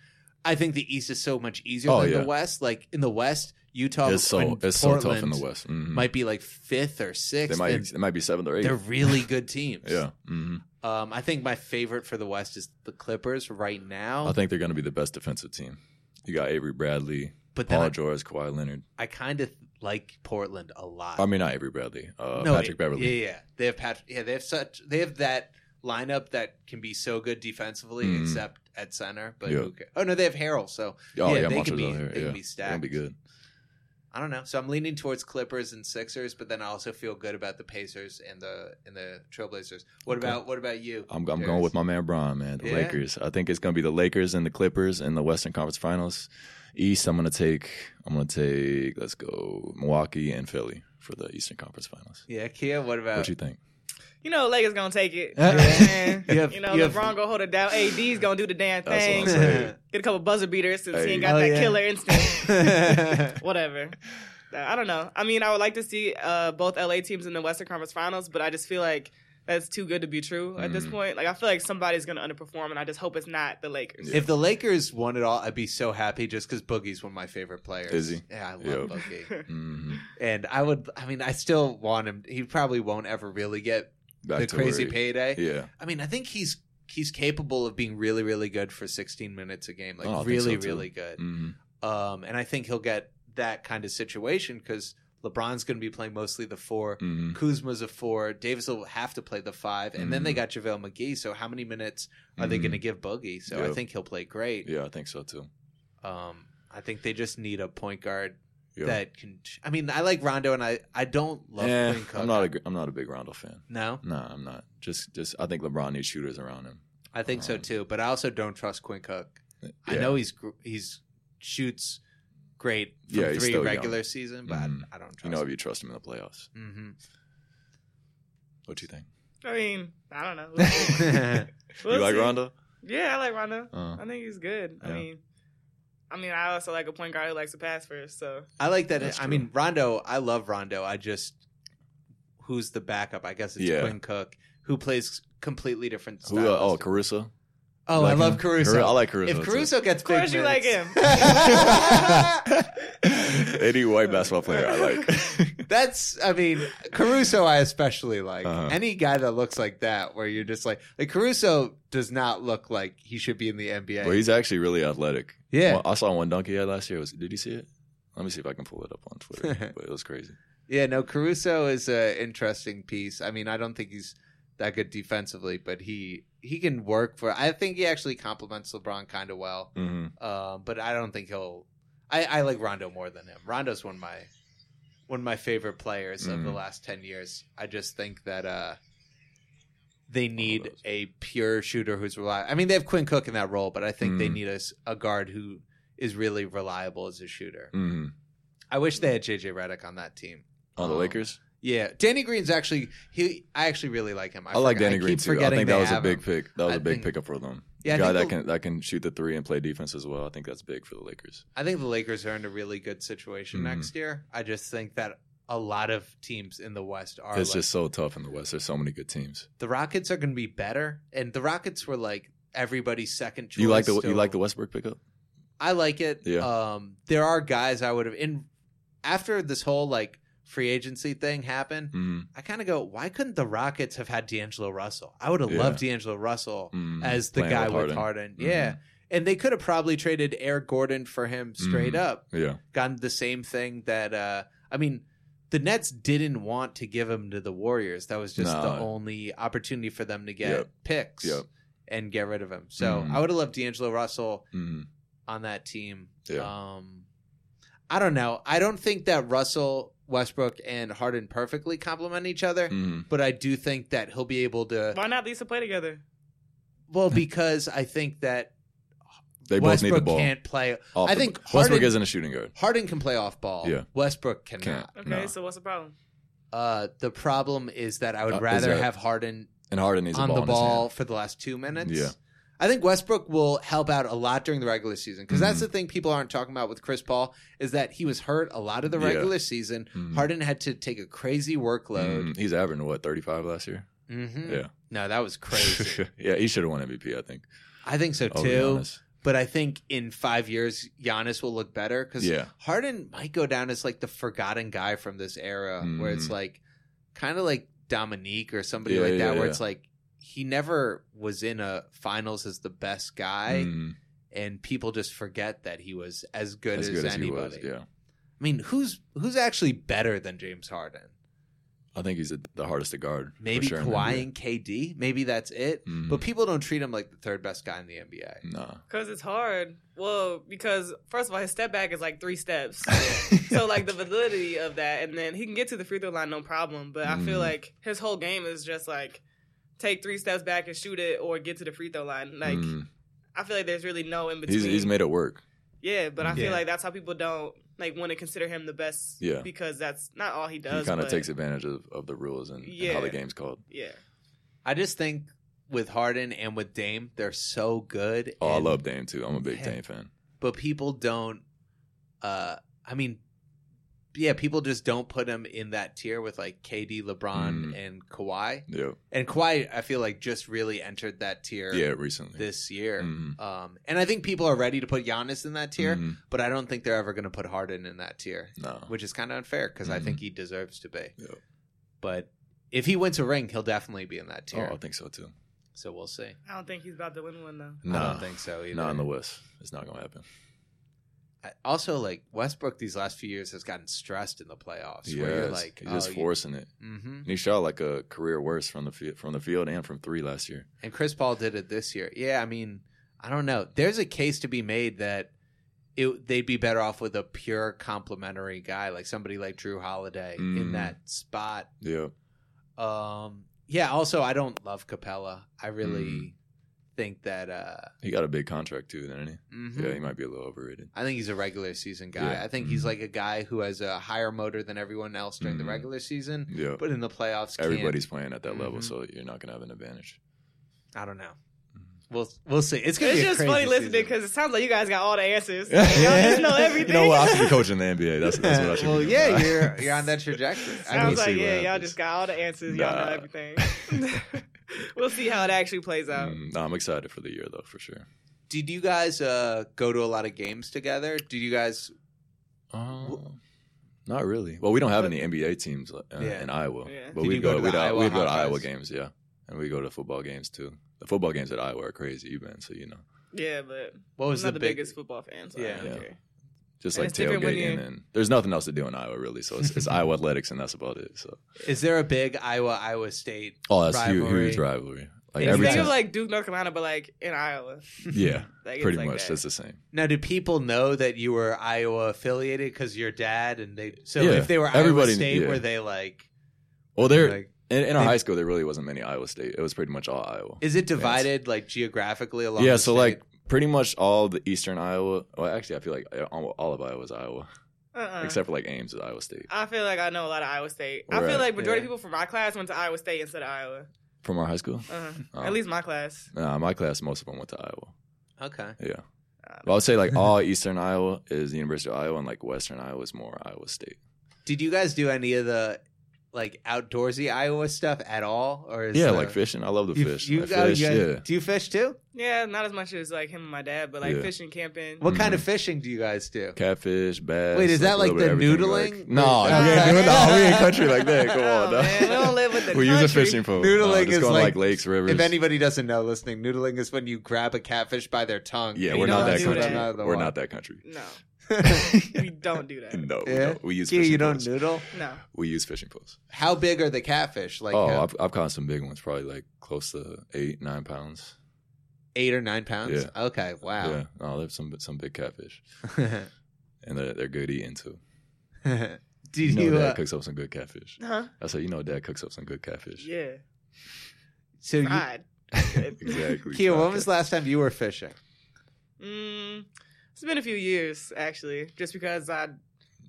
Speaker 3: I think the East is so much easier
Speaker 5: Oh,
Speaker 3: than
Speaker 5: yeah.
Speaker 3: the West. Like in the West, Utah
Speaker 5: it's so
Speaker 3: and
Speaker 5: it's so
Speaker 3: Portland
Speaker 5: tough in the West. Mhm.
Speaker 3: might be like fifth or
Speaker 5: they
Speaker 3: sixth.
Speaker 5: might
Speaker 3: and
Speaker 5: they might be seventh or eighth.
Speaker 3: they're really good teams.
Speaker 5: Yeah, hmm
Speaker 3: Um, I think my favorite for the West is the Clippers right now.
Speaker 5: I think they're going to be the best defensive team. You got Avery Bradley,
Speaker 3: but then
Speaker 5: Paul
Speaker 3: I,
Speaker 5: George, Kawhi Leonard.
Speaker 3: I kind of like Portland a lot.
Speaker 5: I mean, not Avery Bradley, uh,
Speaker 3: No,
Speaker 5: Patrick Beverly.
Speaker 3: Yeah, yeah. They have Patrick. Yeah, they have such. They have that lineup that can be so good defensively,
Speaker 5: Mhm.
Speaker 3: except at center. But
Speaker 5: Yeah.
Speaker 3: who cares? oh no, they have Harrell. So
Speaker 5: Oh
Speaker 3: Yeah,
Speaker 5: yeah,
Speaker 3: they
Speaker 5: Montrezl
Speaker 3: could be-
Speaker 5: Harrell,
Speaker 3: they could
Speaker 5: yeah.
Speaker 3: be
Speaker 5: They're gonna be good.
Speaker 3: I don't know. So I'm leaning towards Clippers and Sixers, but then I also feel good about the Pacers and the and the Trailblazers. What
Speaker 5: Okay.
Speaker 3: about what about you?
Speaker 5: I'm, I'm
Speaker 3: Terrence?
Speaker 5: going with my man Bron, man. The
Speaker 3: Yeah?
Speaker 5: Lakers. I think it's gonna be the Lakers and the Clippers in the Western Conference Finals. East, I'm gonna take. I'm gonna take. Let's go Milwaukee and Philly for the Eastern Conference Finals.
Speaker 3: Yeah, Kia. What about
Speaker 5: What you think?
Speaker 4: You know, Lakers gonna take it. You
Speaker 5: Yeah.
Speaker 4: know, what I'm saying?
Speaker 3: You have-
Speaker 4: You know,
Speaker 3: you have-
Speaker 4: LeBron gonna hold it down. AD's gonna do the damn
Speaker 5: That's what I'm
Speaker 4: thing.
Speaker 5: saying.
Speaker 4: Get a couple buzzer beaters since he ain't
Speaker 5: Hey.
Speaker 4: got
Speaker 3: Oh,
Speaker 4: that
Speaker 3: yeah.
Speaker 4: killer instinct. Whatever. I don't know. I mean, I would like to see uh, both LA teams in the Western Conference Finals, but I just feel like that's too good to be true at this
Speaker 5: Mm.
Speaker 4: point. Like, I feel like somebody's gonna underperform, and I just hope it's not the Lakers.
Speaker 5: Yeah.
Speaker 3: If the Lakers won it all, I'd be so happy just because Boogie's one of my favorite players.
Speaker 5: Is he?
Speaker 3: Yeah, I love
Speaker 5: Yeah.
Speaker 3: Boogie.
Speaker 5: Mhm.
Speaker 3: And I would, I mean, I still want him. He probably won't ever really get
Speaker 5: Back
Speaker 3: the
Speaker 5: to
Speaker 3: crazy
Speaker 5: where-
Speaker 3: payday.
Speaker 5: Yeah,
Speaker 3: I mean, I think he's he's capable of being really, really good for 16 minutes a game, like
Speaker 5: Oh, I think
Speaker 3: really,
Speaker 5: so, too.
Speaker 3: really good.
Speaker 5: Mhm.
Speaker 3: Um, and I think he'll get that kind of situation because LeBron's going to be playing mostly the four.
Speaker 5: Mhm.
Speaker 3: Kuzma's a four. Davis will have to play the five, and then they
Speaker 5: Mhm.
Speaker 3: got JaVale McGee. So how many minutes are they
Speaker 5: Mhm.
Speaker 3: going to give Boogie? So I
Speaker 5: Yep.
Speaker 3: think he'll play great.
Speaker 5: Mm-hmm. yeah, I think so too.
Speaker 3: Um, I think they just need a point guard
Speaker 5: Yeah.
Speaker 3: that can. I mean, I like Rondo, and I I don't love
Speaker 5: Eh,
Speaker 3: Quinn Cook.
Speaker 5: I'm not a gr- I'm not a big Rondo fan.
Speaker 3: no,
Speaker 5: Nah, I'm not. Just just I think LeBron needs shooters around him.
Speaker 3: I think so
Speaker 5: Um,
Speaker 3: too. But I also don't trust Quinn Cook. I
Speaker 5: Yeah.
Speaker 3: know he's gr- he's shoots great from
Speaker 5: Yeah, he's
Speaker 3: three
Speaker 5: still young.
Speaker 3: regular season, but I-
Speaker 5: Mhm.
Speaker 3: I don't trust.
Speaker 5: You know if
Speaker 3: him.
Speaker 5: you trust him in the playoffs. What do you think?
Speaker 4: I mean, I don't know. We'll see.
Speaker 3: Mhm.
Speaker 4: We'll
Speaker 5: you like
Speaker 4: see.
Speaker 5: Rondo?
Speaker 4: Yeah, I like Rondo.
Speaker 5: Uh,
Speaker 4: I think he's good. I
Speaker 5: Yeah.
Speaker 4: mean, I mean, I also like a point guard who likes to pass first. So
Speaker 3: I like that.
Speaker 5: That's
Speaker 3: I
Speaker 5: true.
Speaker 3: mean, Rondo. I love Rondo. I just who's the backup? I guess it's
Speaker 5: Yeah.
Speaker 3: Quinn Cook, who plays completely different.
Speaker 5: who?
Speaker 3: style
Speaker 5: Uh, oh,
Speaker 3: of-
Speaker 5: Caruso.
Speaker 3: oh,
Speaker 5: You
Speaker 3: I
Speaker 5: like
Speaker 3: love
Speaker 5: him?
Speaker 3: Caruso.
Speaker 5: Caru- I like Caruso.
Speaker 3: if Caruso gets
Speaker 4: Of course
Speaker 3: big
Speaker 4: you
Speaker 3: minutes-
Speaker 4: like him.
Speaker 5: too. any white basketball player I like.
Speaker 3: That's, I mean, Caruso. I especially like
Speaker 5: Uh-huh.
Speaker 3: any guy that looks like that, where you're just like, like Caruso does not look like he should be in the NBA.
Speaker 5: well, he's actually really athletic.
Speaker 3: yeah,
Speaker 5: Well, I saw one dunk he had last year. Was did you see it? Let me see if I can pull it up on Twitter. but it was crazy.
Speaker 3: yeah. No, Caruso is an interesting piece. I mean, I don't think he's that good defensively, but he he can work for. I think he actually complements LeBron kind of well.
Speaker 5: Mm-hmm.
Speaker 3: Um, but I don't think he'll. I, I like Rondo more than him. Rondo's one of my one of my favorite players of the
Speaker 5: Mhm.
Speaker 3: last ten years. I just think that uh, they need
Speaker 5: those.
Speaker 3: a pure shooter who's reliable. I mean, they have Quinn Cook in that role, but I think they
Speaker 5: Mhm.
Speaker 3: need a, s- a guard who is really reliable as a shooter.
Speaker 5: Mm-hmm.
Speaker 3: I wish they had JJ Redick on that team.
Speaker 5: On the
Speaker 3: Um,
Speaker 5: Lakers,
Speaker 3: Yeah, Danny Green's actually he. I actually really like him.
Speaker 5: I, like
Speaker 3: forget-
Speaker 5: Danny
Speaker 3: keep
Speaker 5: Green too. I
Speaker 3: forgetting
Speaker 5: think
Speaker 3: they
Speaker 5: that was a
Speaker 3: have
Speaker 5: big
Speaker 3: him.
Speaker 5: pick. That was
Speaker 3: I
Speaker 5: a big
Speaker 3: think-
Speaker 5: pickup for them.
Speaker 3: Yeah, I
Speaker 5: guy that
Speaker 3: think the-
Speaker 5: can that can shoot the three and play defense as well. I think that's big for the Lakers.
Speaker 3: I think the Lakers are in a really good situation
Speaker 5: Mhm.
Speaker 3: next year. I just think that a lot of teams in the West are.
Speaker 5: it's
Speaker 3: like-
Speaker 5: just so tough in the West. There's so many good teams.
Speaker 3: the Rockets are going to be better, and the Rockets were like everybody's second choice.
Speaker 5: You like the
Speaker 3: so
Speaker 5: you like the Westbrook pickup?
Speaker 3: I like it.
Speaker 5: Yeah.
Speaker 3: Um, there are guys I would have in after this whole like free agency thing happened.
Speaker 5: Mm-hmm.
Speaker 3: I kind of go, why couldn't the Rockets have had D'Angelo Russell? I would have
Speaker 5: Yeah. Mm-hmm.
Speaker 3: loved D'Angelo Russell as the guy with Harden. Yeah.
Speaker 5: Mhm.
Speaker 3: And they could have probably traded Eric Gordon for him straight
Speaker 5: Mhm.
Speaker 3: up,
Speaker 5: Yeah.
Speaker 3: gotten the same thing that uh I mean the Nets didn't want to give him to the Warriors. That was just
Speaker 5: No.
Speaker 3: the only opportunity for them to get
Speaker 5: Yep.
Speaker 3: picks
Speaker 5: Yep.
Speaker 3: and get rid of him. So
Speaker 5: Mhm.
Speaker 3: I would have loved D'Angelo Russell
Speaker 5: Mm-hmm.
Speaker 3: on that team.
Speaker 5: Yeah.
Speaker 3: Um I don't know. I don't think that Russell, Westbrook, and Harden perfectly complement each other,
Speaker 5: Mm-hmm.
Speaker 3: but I do think that he'll be able to
Speaker 4: why not these to play together?
Speaker 3: well because I think that
Speaker 5: They both
Speaker 3: Westbrook
Speaker 5: need the ball.
Speaker 3: can't play.
Speaker 5: Off
Speaker 3: I
Speaker 5: the-
Speaker 3: think
Speaker 5: Westbrook
Speaker 3: Harden-
Speaker 5: isn't a shooting guard.
Speaker 3: Harden can play off ball.
Speaker 5: Yeah.
Speaker 3: Westbrook cannot.
Speaker 5: Can't.
Speaker 4: Okay,
Speaker 5: No.
Speaker 4: so what's the problem?
Speaker 3: Uh, the problem is that I would
Speaker 5: Uh, is
Speaker 3: rather
Speaker 5: that-
Speaker 3: have Harden
Speaker 5: And Harden needs
Speaker 3: on
Speaker 5: a ball
Speaker 3: the
Speaker 5: in
Speaker 3: ball for the last two minutes.
Speaker 5: Yeah.
Speaker 3: I think Westbrook will help out a lot during the regular season because
Speaker 5: Mm-hmm.
Speaker 3: that's the thing people aren't talking about with Chris Paul is that he was hurt a lot of the
Speaker 5: Yeah.
Speaker 3: regular season.
Speaker 5: Mhm.
Speaker 3: Harden had to take a crazy
Speaker 5: His hand.
Speaker 3: workload.
Speaker 5: Mm-hmm. Mhm. He's averaging what 35 last year.
Speaker 3: Mm-hmm.
Speaker 5: Mm. Yeah.
Speaker 3: No, that was crazy.
Speaker 5: yeah, he should have won MVP, I think.
Speaker 3: I think so
Speaker 5: I'll be
Speaker 3: too.
Speaker 5: honest.
Speaker 3: But I think in five years, Giannis will look better because
Speaker 5: Yeah.
Speaker 3: Harden might go down as like the forgotten guy from this era, where it's
Speaker 5: Mhm.
Speaker 3: like kind of like Dominique or somebody
Speaker 5: Yeah,
Speaker 3: like that,
Speaker 5: yeah,
Speaker 3: where
Speaker 5: yeah.
Speaker 3: it's like he never was in a finals as the best guy,
Speaker 5: Mm,
Speaker 3: and people just forget that he was as good as,
Speaker 5: good he
Speaker 3: anybody.
Speaker 5: was, yeah.
Speaker 3: I mean, who's who's actually better than James Harden?
Speaker 5: I think he's the, the hardest to guard. for
Speaker 3: Maybe
Speaker 5: sure in the
Speaker 3: Kawhi
Speaker 5: NBA.
Speaker 3: and KD. Maybe that's it.
Speaker 5: Mhm.
Speaker 3: But people don't treat him like the third best guy in the NBA.
Speaker 5: Nah.
Speaker 4: Because it's hard. Well, because first of all, his step back is like three steps. so like the validity of that, and then he can get to the free throw line no problem. But I feel
Speaker 5: Mm.
Speaker 4: like his whole game is just like take three steps back and shoot it, or get to the free throw line. Like
Speaker 5: Mm.
Speaker 4: I feel like there's really no in between.
Speaker 5: he's he's made it work.
Speaker 4: yeah, but I feel
Speaker 3: Yeah.
Speaker 4: like that's how people don't like want to consider him the best.
Speaker 5: Yeah.
Speaker 4: because that's not all he does.
Speaker 5: he kind of
Speaker 4: but-
Speaker 5: takes advantage of, of the rules and, and how
Speaker 4: Yeah.
Speaker 5: the game's called.
Speaker 4: Yeah,
Speaker 3: I just think with Harden and with Dame, they're so good.
Speaker 5: Oh, I
Speaker 3: and-
Speaker 5: love Dame too. I'm a big
Speaker 3: Yeah.
Speaker 5: Dame fan.
Speaker 3: but people don't. Uh, I mean, yeah, people just don't put him in that tier with like KD, LeBron,
Speaker 5: Mm.
Speaker 3: and Kawhi.
Speaker 5: Yeah,
Speaker 3: And Kawhi, I feel like just really entered that tier
Speaker 5: yeah, recently.
Speaker 3: this year.
Speaker 5: Mhm.
Speaker 3: Um, and I think people are ready to put Giannis in that tier,
Speaker 5: Mhm.
Speaker 3: but I don't think they're ever going to put Harden in that tier,
Speaker 5: No,
Speaker 3: which is kind of unfair because I
Speaker 5: Mhm.
Speaker 3: think he deserves to be.
Speaker 5: Yeah.
Speaker 3: But if he wins a ring, he'll definitely be in that tier.
Speaker 5: oh, I think so too.
Speaker 3: so we'll see.
Speaker 4: I don't think he's about to win one though.
Speaker 5: No,
Speaker 3: I don't think so either.
Speaker 5: not in the West. It's not gonna happen.
Speaker 3: I- also like Westbrook these last few years has gotten stressed in the playoffs. Where you're
Speaker 5: Yes.
Speaker 3: like,
Speaker 5: he's just
Speaker 3: oh, you-
Speaker 5: forcing it.
Speaker 3: Mhm.
Speaker 5: And he shot like a career worst from the field, from the field and from three last year.
Speaker 3: And Chris Paul did it this year. Yeah, I mean, I don't know. There's a case to be made that it, they'd be better off with a pure complimentary guy like somebody like Drew Holiday in
Speaker 5: Mhm.
Speaker 3: that spot.
Speaker 5: Yeah,
Speaker 3: Um, yeah. Also, I don't love Capella. I really
Speaker 5: Mm.
Speaker 3: think that. Uh,
Speaker 5: he got a big contract too, didn't he?
Speaker 3: mhm.
Speaker 5: Yeah, he might be a little overrated.
Speaker 3: I think he's a regular season guy.
Speaker 5: Yeah.
Speaker 3: I think he's
Speaker 5: Mhm.
Speaker 3: like a guy who has a higher motor than everyone else during
Speaker 5: Mhm.
Speaker 3: the regular season,
Speaker 5: Yeah,
Speaker 3: but in the playoffs, can't-
Speaker 5: everybody's playing at that level,
Speaker 3: Mhm.
Speaker 5: so you're not gonna have an advantage.
Speaker 3: I don't know.
Speaker 5: Mhm.
Speaker 3: We'll we'll see. It's gonna
Speaker 4: It's
Speaker 3: be a
Speaker 4: just
Speaker 3: crazy
Speaker 4: funny listening
Speaker 3: season.
Speaker 4: because it sounds like you guys got all the answers. Y'all just know everything.
Speaker 5: you know what? I should be coaching the NBA. That's, that's what I should
Speaker 3: well,
Speaker 5: be doing.
Speaker 3: yeah, you're you're on that trajectory. I mean,
Speaker 4: Sounds
Speaker 5: We'll
Speaker 4: like
Speaker 5: see what
Speaker 4: yeah, y'all
Speaker 5: happens.
Speaker 4: just got all the answers. Y'all know
Speaker 5: Nah.
Speaker 4: everything. we'll see how it actually plays out.
Speaker 5: Mm, no, I'm excited for the year though, for sure.
Speaker 3: did you guys uh, go to a lot of games together? Did you guys?
Speaker 5: Um, not really. Well, we don't have
Speaker 4: But-
Speaker 5: any NBA teams uh,
Speaker 3: Yeah.
Speaker 5: in Iowa,
Speaker 4: Yeah.
Speaker 5: but
Speaker 3: Did
Speaker 5: we
Speaker 3: you go
Speaker 5: go
Speaker 3: to
Speaker 5: we
Speaker 3: the Iowa
Speaker 5: go to
Speaker 3: Hawkeyes?
Speaker 5: Iowa games, yeah, and we go to football games too. The football games at Iowa are crazy, you've been, so you know,
Speaker 4: Yeah, but
Speaker 3: What was
Speaker 4: I'm not
Speaker 3: the
Speaker 4: the
Speaker 3: big-
Speaker 4: biggest football fan, so
Speaker 3: Yeah.
Speaker 4: I don't
Speaker 5: Yeah.
Speaker 4: care.
Speaker 5: just
Speaker 4: And
Speaker 5: like
Speaker 4: it's different when
Speaker 5: tailgating,
Speaker 4: you-
Speaker 5: and there's nothing else to do in Iowa really. So it's, it's Iowa athletics, and that's about it. So
Speaker 3: Is there a big Iowa Iowa State?
Speaker 5: oh, that's huge,
Speaker 3: Rivalry.
Speaker 5: huge rivalry. Like
Speaker 3: Yeah,
Speaker 5: every
Speaker 4: Think
Speaker 3: time-
Speaker 4: of like Duke, North Carolina, but like in Iowa.
Speaker 5: yeah,
Speaker 4: Like, it's
Speaker 5: pretty
Speaker 4: like
Speaker 5: much
Speaker 4: that.
Speaker 5: that's the same.
Speaker 3: Now, do people know that you were Iowa affiliated because your dad and they? So
Speaker 5: Yeah,
Speaker 3: if they were Iowa
Speaker 5: everybody-
Speaker 3: State,
Speaker 5: yeah.
Speaker 3: were they like?
Speaker 5: Well, there
Speaker 3: like
Speaker 5: in, in our
Speaker 3: they-
Speaker 5: high school there really wasn't many Iowa State. It was pretty much all Iowa.
Speaker 3: is it divided like geographically along?
Speaker 5: yeah,
Speaker 3: the
Speaker 5: so
Speaker 3: state?
Speaker 5: like pretty much all the eastern Iowa. Well, actually, I feel like uh, all all of Iowa is Iowa,
Speaker 4: Uh-uh.
Speaker 5: except for like Ames is Iowa State.
Speaker 4: I feel like I know a lot of Iowa State. I
Speaker 5: Right,
Speaker 4: feel like majority
Speaker 3: yeah.
Speaker 4: of people from my class went to Iowa State instead of Iowa.
Speaker 5: From our high school?
Speaker 4: Uh-huh.
Speaker 5: Oh.
Speaker 4: At least my class.
Speaker 5: Nah, my class, most of them went to Iowa.
Speaker 3: okay,
Speaker 5: Yeah.
Speaker 4: Uh,
Speaker 5: But I would say like all Eastern Iowa is the University of Iowa, and like Western Iowa is more Iowa State.
Speaker 3: did you guys do any of the like outdoorsy Iowa stuff at all? Or is the-
Speaker 5: yeah, like fishing. I love the
Speaker 3: You,
Speaker 5: fish.
Speaker 3: you
Speaker 5: I
Speaker 3: go-
Speaker 5: fish,
Speaker 3: you guys-
Speaker 5: yeah.
Speaker 3: Do you fish too?
Speaker 4: Yeah, not as much as like him and my dad, but like
Speaker 5: Yeah.
Speaker 4: fishing, camping.
Speaker 3: What kind
Speaker 5: Mhm.
Speaker 3: of fishing do you guys do?
Speaker 5: Catfish, bass.
Speaker 3: Wait, is that
Speaker 5: a
Speaker 3: like
Speaker 5: little bit
Speaker 3: the
Speaker 5: of everything,
Speaker 3: noodling?
Speaker 5: like- no,
Speaker 3: Or is
Speaker 5: we
Speaker 3: that-
Speaker 5: ain't doing, no, we ain't country like that. Come
Speaker 4: Oh,
Speaker 5: on, dog.
Speaker 4: man, we don't live with the
Speaker 5: We use a
Speaker 4: country.
Speaker 5: fishing pole.
Speaker 3: Noodling
Speaker 5: no, just
Speaker 3: is
Speaker 5: going
Speaker 3: like-
Speaker 5: like lakes, rivers.
Speaker 3: If anybody doesn't know, listening, noodling is when you grab a catfish by their tongue.
Speaker 5: yeah,
Speaker 4: We
Speaker 5: we're not
Speaker 4: don't
Speaker 5: that
Speaker 4: do
Speaker 5: country.
Speaker 4: that.
Speaker 3: Out of the
Speaker 5: We're
Speaker 3: water.
Speaker 5: not that country.
Speaker 4: No,
Speaker 5: no,
Speaker 4: we don't do that.
Speaker 5: we,
Speaker 3: Yeah?
Speaker 5: don't. we use
Speaker 3: Yeah,
Speaker 5: fishing
Speaker 3: you don't
Speaker 5: poles.
Speaker 3: noodle.
Speaker 4: No.
Speaker 5: We use fishing poles.
Speaker 3: How big are the catfish? Like
Speaker 5: oh,
Speaker 3: uh,
Speaker 5: I've, I've caught some big ones, probably like close to eight, nine pounds.
Speaker 3: eight or nine pounds.
Speaker 5: Yeah.
Speaker 3: Okay,
Speaker 5: Yeah,
Speaker 3: wow.
Speaker 5: no, there's some some big catfish, and they're they're good eating too.
Speaker 3: Did
Speaker 5: know,
Speaker 3: you?
Speaker 5: Dad
Speaker 3: Uh,
Speaker 5: cooks up some good catfish.
Speaker 4: Huh?
Speaker 5: I said, you know, Dad cooks up some good catfish.
Speaker 4: Yeah.
Speaker 3: so, you,
Speaker 4: Fried.
Speaker 5: exactly.
Speaker 3: Kia, when
Speaker 5: Fried
Speaker 3: was
Speaker 5: cat-
Speaker 3: last time you were fishing?
Speaker 4: Mm, it's been a few years actually, just because I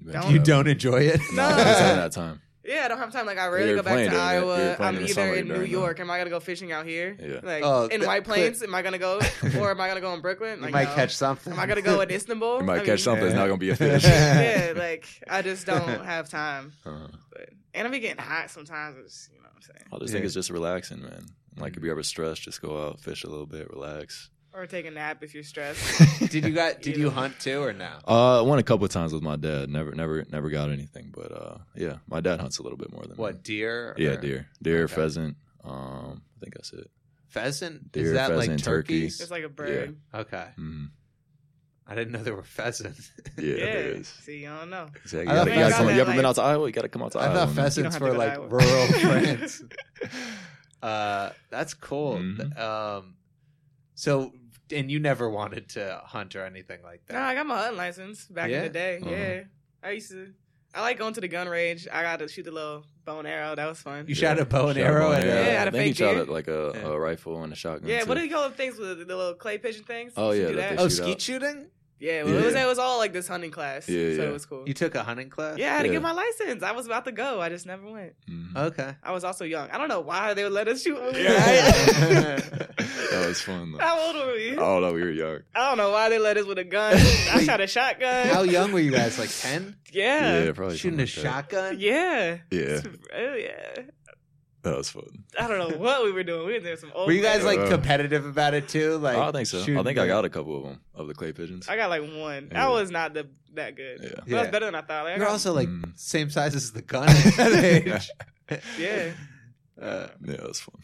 Speaker 5: Man,
Speaker 4: Don't-
Speaker 3: You
Speaker 5: yeah.
Speaker 3: don't enjoy it?
Speaker 5: No,
Speaker 4: No.
Speaker 5: it's not that time.
Speaker 4: yeah I don't have time. Like I rarely
Speaker 5: you're
Speaker 4: go back
Speaker 5: playing
Speaker 4: to
Speaker 5: during the- you're
Speaker 4: Iowa.
Speaker 5: playing
Speaker 4: I'm
Speaker 5: in the
Speaker 4: either
Speaker 5: summer,
Speaker 4: in
Speaker 5: during
Speaker 4: New
Speaker 5: the-
Speaker 4: York. Am I gonna go fishing out here?
Speaker 5: Yeah.
Speaker 4: Like
Speaker 3: Oh,
Speaker 4: in
Speaker 3: that-
Speaker 4: White Plains? Am I gonna go? or am I gonna go in Brooklyn?
Speaker 3: you
Speaker 4: Like,
Speaker 3: might
Speaker 4: no.
Speaker 3: catch something.
Speaker 4: Am I gonna go in Istanbul?
Speaker 5: You might
Speaker 4: I
Speaker 5: catch
Speaker 4: mean,
Speaker 5: something. It's not gonna be a fish.
Speaker 4: Yeah, like I just don't have time.
Speaker 5: Uh,
Speaker 4: But And I be getting hot sometimes. It's, you know what I'm saying?
Speaker 5: I just
Speaker 3: Yeah.
Speaker 5: think it's just relaxing, man. Like if you're ever stressed, just go out, fish a little bit, relax.
Speaker 4: Or take a nap if you're stressed.
Speaker 3: Did you got? Did you
Speaker 4: Yeah.
Speaker 3: hunt too or no?
Speaker 5: Uh, I went a couple of times with my dad. Never, never, never got anything. But uh, yeah, my dad hunts a little bit more than
Speaker 3: What
Speaker 5: Me.
Speaker 3: deer? Or
Speaker 5: Yeah, deer, deer,
Speaker 3: Okay.
Speaker 5: pheasant. Um, I think that's it.
Speaker 3: Pheasant? Is
Speaker 5: Deer,
Speaker 3: that like
Speaker 5: pheasant, turkey.
Speaker 3: turkeys?
Speaker 4: it's like a bird.
Speaker 3: Okay,
Speaker 5: Mm.
Speaker 3: I didn't know there were pheasants.
Speaker 5: Yeah,
Speaker 4: Yeah.
Speaker 5: there is.
Speaker 4: See, you don't know.
Speaker 5: Exactly.
Speaker 3: I
Speaker 5: You,
Speaker 3: thought
Speaker 5: gotta, you, gotta
Speaker 3: pheasant-
Speaker 5: come, you ever
Speaker 4: like-
Speaker 5: been out to Iowa? You gotta come out to
Speaker 3: I
Speaker 5: Iowa.
Speaker 3: thought
Speaker 5: man.
Speaker 3: pheasants
Speaker 4: You
Speaker 3: were
Speaker 4: don't
Speaker 3: like
Speaker 4: have to go to
Speaker 3: rural
Speaker 4: Iowa.
Speaker 3: France. Uh, that's cool.
Speaker 5: Mhm.
Speaker 3: Um, so and you never wanted to hunt or anything like that.
Speaker 4: No, I got my hunting license back
Speaker 3: Yeah?
Speaker 4: in the day.
Speaker 5: Uh-huh.
Speaker 4: Yeah. I used to. I like going to the gun range. I got to shoot the little bow and arrow. That was fun.
Speaker 3: you shot a bow and
Speaker 5: Shot a
Speaker 3: arrow
Speaker 5: bow
Speaker 3: at
Speaker 5: and arrow.
Speaker 4: Yeah, I
Speaker 3: a
Speaker 4: had a
Speaker 5: I think he
Speaker 4: fake
Speaker 5: shot
Speaker 4: deer.
Speaker 5: it like a,
Speaker 3: Yeah.
Speaker 5: a rifle and a shotgun.
Speaker 4: Yeah,
Speaker 5: too.
Speaker 4: what do you call the things with the little clay pigeon things?
Speaker 5: Oh,
Speaker 4: Did
Speaker 5: yeah,
Speaker 4: you do
Speaker 5: that
Speaker 4: that?
Speaker 5: they
Speaker 3: oh
Speaker 5: shoot
Speaker 3: skeet
Speaker 5: out.
Speaker 3: shooting.
Speaker 4: yeah. Well,
Speaker 5: Yeah.
Speaker 4: It, was, it was all like this hunting class.
Speaker 5: Yeah,
Speaker 4: so
Speaker 5: yeah.
Speaker 4: it was cool.
Speaker 3: You took a hunting class.
Speaker 4: Yeah, I had to
Speaker 5: Yeah.
Speaker 4: get my license. I was about to go. I just never went.
Speaker 5: Mhm.
Speaker 3: Okay.
Speaker 4: I was also young. I don't know why they would let us shoot. When we
Speaker 3: Yeah.
Speaker 4: yeah.
Speaker 5: that was fun. Though.
Speaker 4: How old were we?
Speaker 5: Oh no, we were young.
Speaker 4: I don't know why they let us with a gun. I shot a shotgun.
Speaker 3: How young were you guys? Like ten?
Speaker 4: yeah.
Speaker 5: probably
Speaker 3: Shooting
Speaker 5: something
Speaker 3: a
Speaker 5: like that.
Speaker 3: shotgun?
Speaker 4: Yeah.
Speaker 5: Yeah,
Speaker 4: Oh, yeah.
Speaker 5: that was fun.
Speaker 4: I don't know what we were doing. We were doing some old.
Speaker 3: Were you guys
Speaker 4: man-
Speaker 3: like
Speaker 5: Uh,
Speaker 3: competitive about it too? Like
Speaker 5: Oh, I don't think so. I
Speaker 3: shooting
Speaker 5: think I
Speaker 3: the-
Speaker 5: got a couple of them of the clay pigeons.
Speaker 4: I got like one.
Speaker 5: Yeah.
Speaker 4: I was not the, that good.
Speaker 5: Yeah.
Speaker 4: But I was
Speaker 3: Yeah.
Speaker 4: better than I thought. Like, I
Speaker 3: You're
Speaker 4: got-
Speaker 3: also like
Speaker 5: Mm.
Speaker 3: same size as the gun at that age.
Speaker 4: yeah.
Speaker 3: Uh,
Speaker 5: Yeah, that's fun.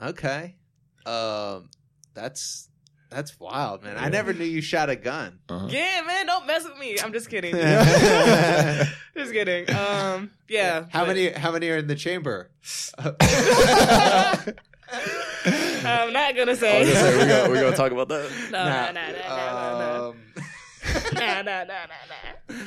Speaker 3: okay. Um, that's that's wild, man. I
Speaker 5: Yeah.
Speaker 3: never knew you shot a gun.
Speaker 5: Uh-huh.
Speaker 4: Yeah, man, don't mess with me. I'm just kidding.
Speaker 3: Yeah.
Speaker 4: just kidding. Um, yeah.
Speaker 3: How
Speaker 4: but-
Speaker 3: many? How many are in the chamber?
Speaker 4: I'm um, not gonna
Speaker 5: I
Speaker 4: say.
Speaker 5: was gonna say, we
Speaker 3: got-
Speaker 5: gonna, we gonna talk about that?
Speaker 4: no,
Speaker 3: Nah,
Speaker 4: no, no, no,
Speaker 3: um,
Speaker 4: no, no, no, no, no,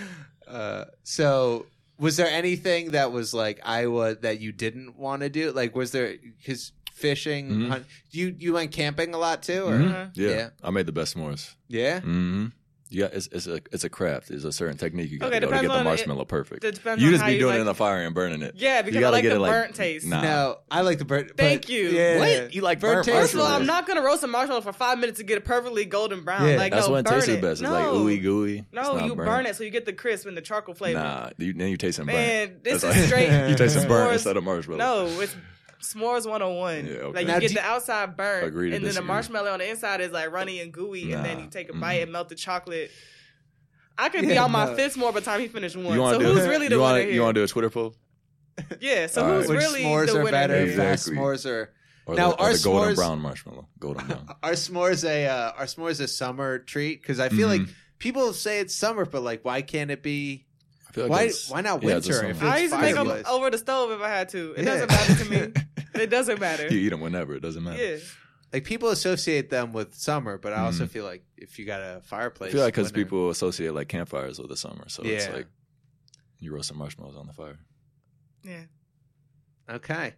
Speaker 4: no.
Speaker 3: Uh, so was there anything that was like Iowa that you didn't want to do? Like, was there because fishing?
Speaker 5: Mhm.
Speaker 3: Hunt, you you went camping a lot too, or
Speaker 5: Mhm.
Speaker 4: Uh-huh.
Speaker 5: Yeah.
Speaker 3: Yeah.
Speaker 5: I made the best s'mores.
Speaker 3: yeah?
Speaker 5: Mm-hmm. Yeah, it's, it's a it's a craft. There's a certain technique you got
Speaker 4: Okay,
Speaker 5: to go to
Speaker 4: depends
Speaker 5: get the
Speaker 4: on it-
Speaker 5: marshmallow perfect.
Speaker 4: It depends
Speaker 5: You
Speaker 4: on
Speaker 5: just
Speaker 4: how
Speaker 5: be doing
Speaker 4: like
Speaker 5: it in the fire and burning it.
Speaker 4: Yeah, because I
Speaker 5: gotta
Speaker 4: like
Speaker 5: get
Speaker 4: the
Speaker 5: it, like-
Speaker 4: burnt taste.
Speaker 5: Nah.
Speaker 3: No, I like the bird.
Speaker 4: Thank
Speaker 3: but-
Speaker 4: you.
Speaker 3: Yeah.
Speaker 5: What? You like
Speaker 3: Bird
Speaker 5: burnt
Speaker 3: taste
Speaker 4: First of all,
Speaker 5: marshmallows?
Speaker 4: I'm not gonna roast a marshmallow for five minutes to get it perfectly golden brown.
Speaker 3: Yeah.
Speaker 4: like
Speaker 5: That's
Speaker 4: no,
Speaker 5: when it
Speaker 4: burn
Speaker 5: tastes the
Speaker 4: it.
Speaker 5: best.
Speaker 4: No,
Speaker 5: It's like ooey gooey. It's
Speaker 4: no,
Speaker 5: not
Speaker 4: you burn it so you get the crisp and the charcoal flavor.
Speaker 5: Nah, you, then you taste some burnt.
Speaker 4: Man, this
Speaker 5: That's
Speaker 4: is
Speaker 5: like-
Speaker 4: straight.
Speaker 5: You taste some burnt
Speaker 4: s'mores.
Speaker 5: instead of marshmallow.
Speaker 4: No, it's s'mores 101.
Speaker 5: Yeah, okay.
Speaker 4: Like
Speaker 3: Now,
Speaker 4: you
Speaker 3: do-
Speaker 4: get the outside burnt,
Speaker 5: Agree to
Speaker 4: and then the
Speaker 5: disagree.
Speaker 4: marshmallow on the inside is like runny and gooey, and then
Speaker 5: Nah, Mm-hmm.
Speaker 4: you take a
Speaker 5: mm-mm.
Speaker 4: bite and melt the chocolate. I could be
Speaker 3: Yeah,
Speaker 4: on my
Speaker 3: no.
Speaker 4: fifth more by the time he finished one.
Speaker 5: You wanna
Speaker 4: So
Speaker 5: do,
Speaker 4: who's really the
Speaker 5: you wanna,
Speaker 4: winner here?
Speaker 5: You want to do a Twitter poll?
Speaker 4: yeah. So
Speaker 5: All right.
Speaker 4: who's
Speaker 3: Which
Speaker 4: really
Speaker 3: s'mores
Speaker 4: the
Speaker 3: are
Speaker 4: winner?
Speaker 3: better?
Speaker 4: here?
Speaker 3: Fast
Speaker 5: Exactly.
Speaker 3: s'mores are.
Speaker 5: Or
Speaker 3: Now,
Speaker 5: the, or
Speaker 3: our
Speaker 5: the golden
Speaker 3: s'mores-
Speaker 5: brown marshmallow. Golden brown.
Speaker 3: Our s'mores a uh, our s'mores a summer treat because I feel
Speaker 5: Mm-hmm.
Speaker 3: like people say it's summer, but like, why can't it be?
Speaker 5: I feel like
Speaker 3: Why
Speaker 5: it's-
Speaker 3: why not
Speaker 5: yeah, it's a
Speaker 3: winter? if
Speaker 5: summer.
Speaker 4: I
Speaker 3: it's
Speaker 4: used to make them
Speaker 3: fireplace?
Speaker 4: over the stove if I had to. It
Speaker 3: Yeah.
Speaker 4: doesn't matter to me. It doesn't matter.
Speaker 5: You eat them whenever. It doesn't matter.
Speaker 4: Yeah.
Speaker 3: like people associate them with summer, but I also feel like if you got a
Speaker 5: Mm-hmm. I
Speaker 3: fireplace,
Speaker 5: feel like because
Speaker 3: winter-
Speaker 5: people associate like campfires with the summer, so it's
Speaker 3: Yeah.
Speaker 5: like you roast some marshmallows on the fire.
Speaker 4: Yeah.
Speaker 3: Okay.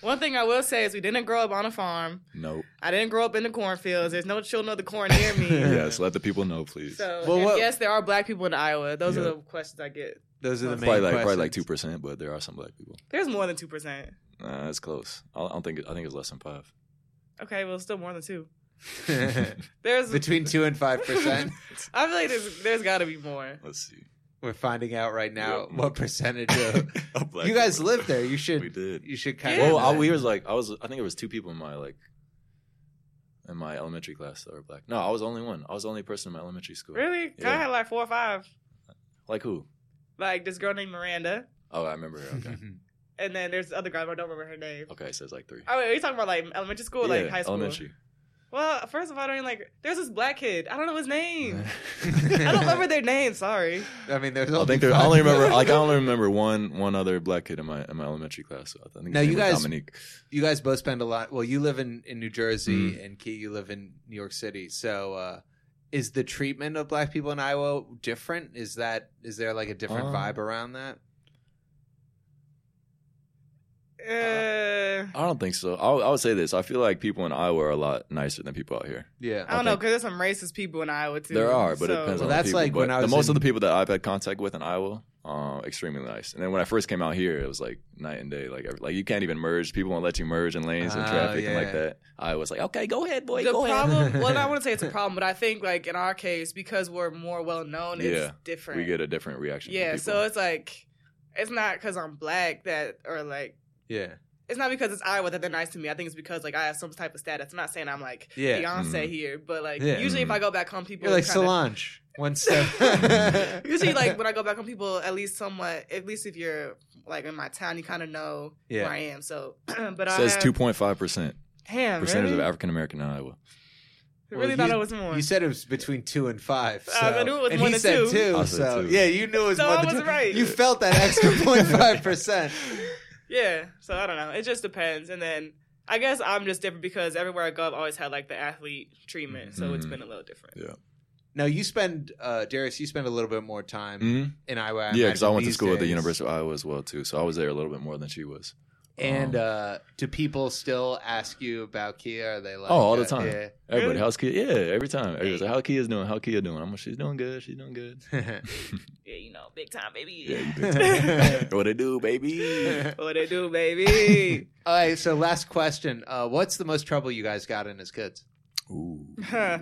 Speaker 4: One thing I will say is we didn't grow up on a farm.
Speaker 5: Nope.
Speaker 4: I didn't grow up in the cornfields. There's no children of the corn near me.
Speaker 5: yes, let the people know, please.
Speaker 4: So
Speaker 3: Well,
Speaker 4: and
Speaker 3: what-
Speaker 4: yes, there are black people in Iowa. Those are
Speaker 5: Yeah.
Speaker 4: the questions I get.
Speaker 3: Those are the main
Speaker 5: probably like probably like two
Speaker 3: questions.
Speaker 5: percent, but there are some black people.
Speaker 4: There's more than two percent.
Speaker 5: Nah, that's close. I I don't think it, I think it's less than five.
Speaker 4: Okay, well, still more than two. There's
Speaker 3: Between two and five percent.
Speaker 4: I feel like there's there's got to be more.
Speaker 5: Let's see.
Speaker 3: We're finding out right now
Speaker 5: Yeah.
Speaker 3: what percentage of
Speaker 5: Of black
Speaker 3: you guys
Speaker 5: people.
Speaker 3: live there. You should
Speaker 5: We did.
Speaker 3: you should kind
Speaker 5: Well,
Speaker 3: of
Speaker 5: Oh, I, we was like I was I think it was two people in my like in my elementary class that were black. No, I was the only one. I was the only person in my elementary school.
Speaker 4: Really? I
Speaker 5: Yeah.
Speaker 4: had like four or five.
Speaker 5: Like who?
Speaker 4: Like this girl named Miranda,
Speaker 5: Oh, I remember her. Okay.
Speaker 4: and then there's this other girl. I don't remember her name.
Speaker 5: okay, so it's like three.
Speaker 4: Oh, wait, are you talking about like elementary school, or, like
Speaker 5: Yeah,
Speaker 4: high school?
Speaker 5: Elementary.
Speaker 4: Well, first of all, I don't even like. There's this black kid. I don't know his name. I don't remember their name. Sorry.
Speaker 3: I mean, there's
Speaker 5: I
Speaker 3: only
Speaker 5: think there, I
Speaker 3: five.
Speaker 5: only remember like I only remember one one other black kid in my in my elementary class. I think his
Speaker 3: Now,
Speaker 5: name
Speaker 3: you
Speaker 5: was
Speaker 3: guys-
Speaker 5: Dominique.
Speaker 3: you guys both spend a lot. Well, you live in in New Jersey,
Speaker 5: Mm.
Speaker 3: and Key, you live in New York City. So, uh, is the treatment of Black people in Iowa different? Is that is there like a different
Speaker 5: Um,
Speaker 3: vibe around that?
Speaker 4: Uh,
Speaker 5: I don't think so. I, I would say this. I feel like people in Iowa are a lot nicer than people out here.
Speaker 4: I
Speaker 3: Yeah.
Speaker 4: don't know
Speaker 5: think-
Speaker 4: because there's some racist people in Iowa too.
Speaker 5: There are, but it
Speaker 4: So-
Speaker 5: depends
Speaker 3: Well,
Speaker 5: on
Speaker 3: that's
Speaker 5: the people.
Speaker 3: like
Speaker 5: but
Speaker 3: when I
Speaker 5: the
Speaker 3: was
Speaker 5: most
Speaker 3: in-
Speaker 5: of the people that I've had contact with in Iowa, uh, extremely nice. And then when I first came out here, it was like night and day. Like every, like you can't even merge. People won't let you merge in lanes and
Speaker 3: Ah,
Speaker 5: traffic and
Speaker 3: yeah.
Speaker 5: like that. I was like, okay, go ahead, boy,
Speaker 4: the
Speaker 5: go ahead.
Speaker 4: problem, well, I wouldn't say it's a problem, but I think like in our case, because we're more well known,
Speaker 5: Yeah.
Speaker 4: it's different.
Speaker 5: We get a different reaction. from
Speaker 4: yeah,
Speaker 5: people.
Speaker 4: so it's like it's not because I'm black that or like
Speaker 3: Yeah.
Speaker 4: it's not because it's Iowa that they're nice to me. I think it's because like I have some type of status. I'm not saying I'm like
Speaker 3: Yeah. mm-hmm.
Speaker 4: Beyonce
Speaker 5: Mhm.
Speaker 4: here, but like
Speaker 3: Yeah. mm-hmm.
Speaker 4: usually if I go back home, people
Speaker 3: You're like
Speaker 4: kinda-
Speaker 3: Solange. One step.
Speaker 4: usually like when I go back home, people at least somewhat, at least if you're like in my town, you kind of know
Speaker 3: Yeah.
Speaker 4: where I am. So, but I
Speaker 5: Says
Speaker 4: have-
Speaker 5: two point five percent
Speaker 4: Damn,
Speaker 5: percentage
Speaker 4: really?
Speaker 5: of African American in Iowa.
Speaker 4: I
Speaker 3: Well,
Speaker 4: really
Speaker 3: you-
Speaker 4: thought it was more.
Speaker 3: You said it was between two and five. So.
Speaker 4: I knew it was
Speaker 3: and
Speaker 4: one
Speaker 3: he
Speaker 4: and
Speaker 3: said
Speaker 4: two.
Speaker 5: I said
Speaker 3: so
Speaker 5: two.
Speaker 3: yeah, you knew it was
Speaker 4: So
Speaker 3: one
Speaker 4: I
Speaker 3: and
Speaker 4: was
Speaker 3: two.
Speaker 4: right.
Speaker 3: You felt that extra 0.5 percent.
Speaker 4: yeah. So I don't know. It just depends. And then I guess I'm just different because everywhere I go, I've always had like the athlete treatment, so it's
Speaker 5: Mhm.
Speaker 4: been a little different.
Speaker 5: Yeah.
Speaker 3: Now you spend, uh, Darius, you spend a little bit more time
Speaker 5: hmm
Speaker 3: in Iowa.
Speaker 5: Yeah, because I
Speaker 3: imagine,
Speaker 5: went to
Speaker 3: these
Speaker 5: school at the
Speaker 3: days.
Speaker 5: University of Iowa as well too, so I was there a little bit more than she was.
Speaker 3: And
Speaker 5: Um,
Speaker 3: uh, do people still ask you about Kia? Are they like,
Speaker 5: Oh, all the
Speaker 3: uh,
Speaker 5: time.
Speaker 3: yeah.
Speaker 5: everybody,
Speaker 4: Really?
Speaker 5: how's Kia? Yeah, every time. Everybody's like, "How Kia's doing? How Kia doing?" I'm like, "She's doing good. She's doing good."
Speaker 4: Yeah, you know, big time, baby.
Speaker 5: Yeah, you big what it do, baby?
Speaker 4: What it do, baby?
Speaker 3: All right. So, last question: uh, What's the most trouble you guys got in as kids?
Speaker 5: Ooh.
Speaker 4: Huh.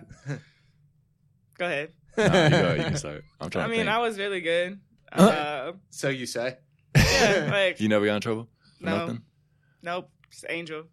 Speaker 4: go ahead.
Speaker 5: Nah, you go. You can start. I'm trying.
Speaker 4: I mean,
Speaker 5: to
Speaker 4: I
Speaker 5: think.
Speaker 4: was really good. Uh,
Speaker 3: so you say?
Speaker 4: yeah, like
Speaker 5: You never got in trouble? For
Speaker 4: No.
Speaker 5: Nothing.
Speaker 4: nope, it's Angel.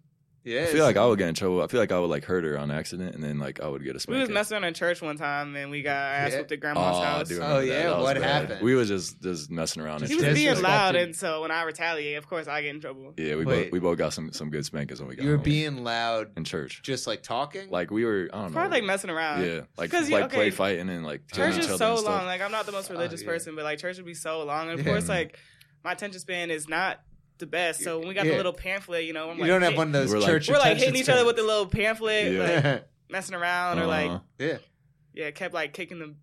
Speaker 3: yeah.
Speaker 5: I feel like I would get in trouble. I feel like I would like hurt her on accident, and then like I would get a
Speaker 4: We was
Speaker 5: spanking.
Speaker 4: messing around in church one time and we got our ass
Speaker 3: Yeah.
Speaker 4: whipped at grandma's
Speaker 5: I
Speaker 4: house.
Speaker 5: do
Speaker 3: Oh,
Speaker 5: remember that.
Speaker 3: yeah,
Speaker 5: That was
Speaker 3: what
Speaker 5: bad.
Speaker 3: happened?
Speaker 5: We was just just messing around. in
Speaker 4: He was
Speaker 5: church.
Speaker 4: being
Speaker 3: Disrespected.
Speaker 4: loud, and so when I retaliate, of course, I get in trouble.
Speaker 5: Yeah, we
Speaker 3: Wait.
Speaker 5: both we both got some some good spankings when we got
Speaker 3: you were
Speaker 5: home.
Speaker 3: being loud,
Speaker 5: in church.
Speaker 3: just like talking.
Speaker 5: Like we were, I don't know.
Speaker 4: Probably like messing around.
Speaker 5: Yeah, like
Speaker 4: 'Cause you-
Speaker 5: like
Speaker 4: okay,
Speaker 5: play fighting and like killing
Speaker 4: Church
Speaker 5: each
Speaker 4: is
Speaker 5: other
Speaker 4: so
Speaker 5: and stuff. Uh,
Speaker 4: long. Like I'm not the most religious
Speaker 3: yeah.
Speaker 4: person, but like church would be so long. And of
Speaker 3: Yeah.
Speaker 4: course, like my attention span is not the best. So when we got
Speaker 3: Yeah.
Speaker 4: the little pamphlet, you know, I'm
Speaker 3: you
Speaker 4: like,
Speaker 3: don't have
Speaker 4: hit-
Speaker 3: one of those
Speaker 5: We're like-
Speaker 3: church.
Speaker 4: We're like
Speaker 3: attention
Speaker 4: hitting each other with the
Speaker 3: spans.
Speaker 4: little pamphlet,
Speaker 5: Yeah.
Speaker 4: like messing around, or like
Speaker 5: Uh-huh.
Speaker 3: yeah,
Speaker 4: yeah, kept like kicking the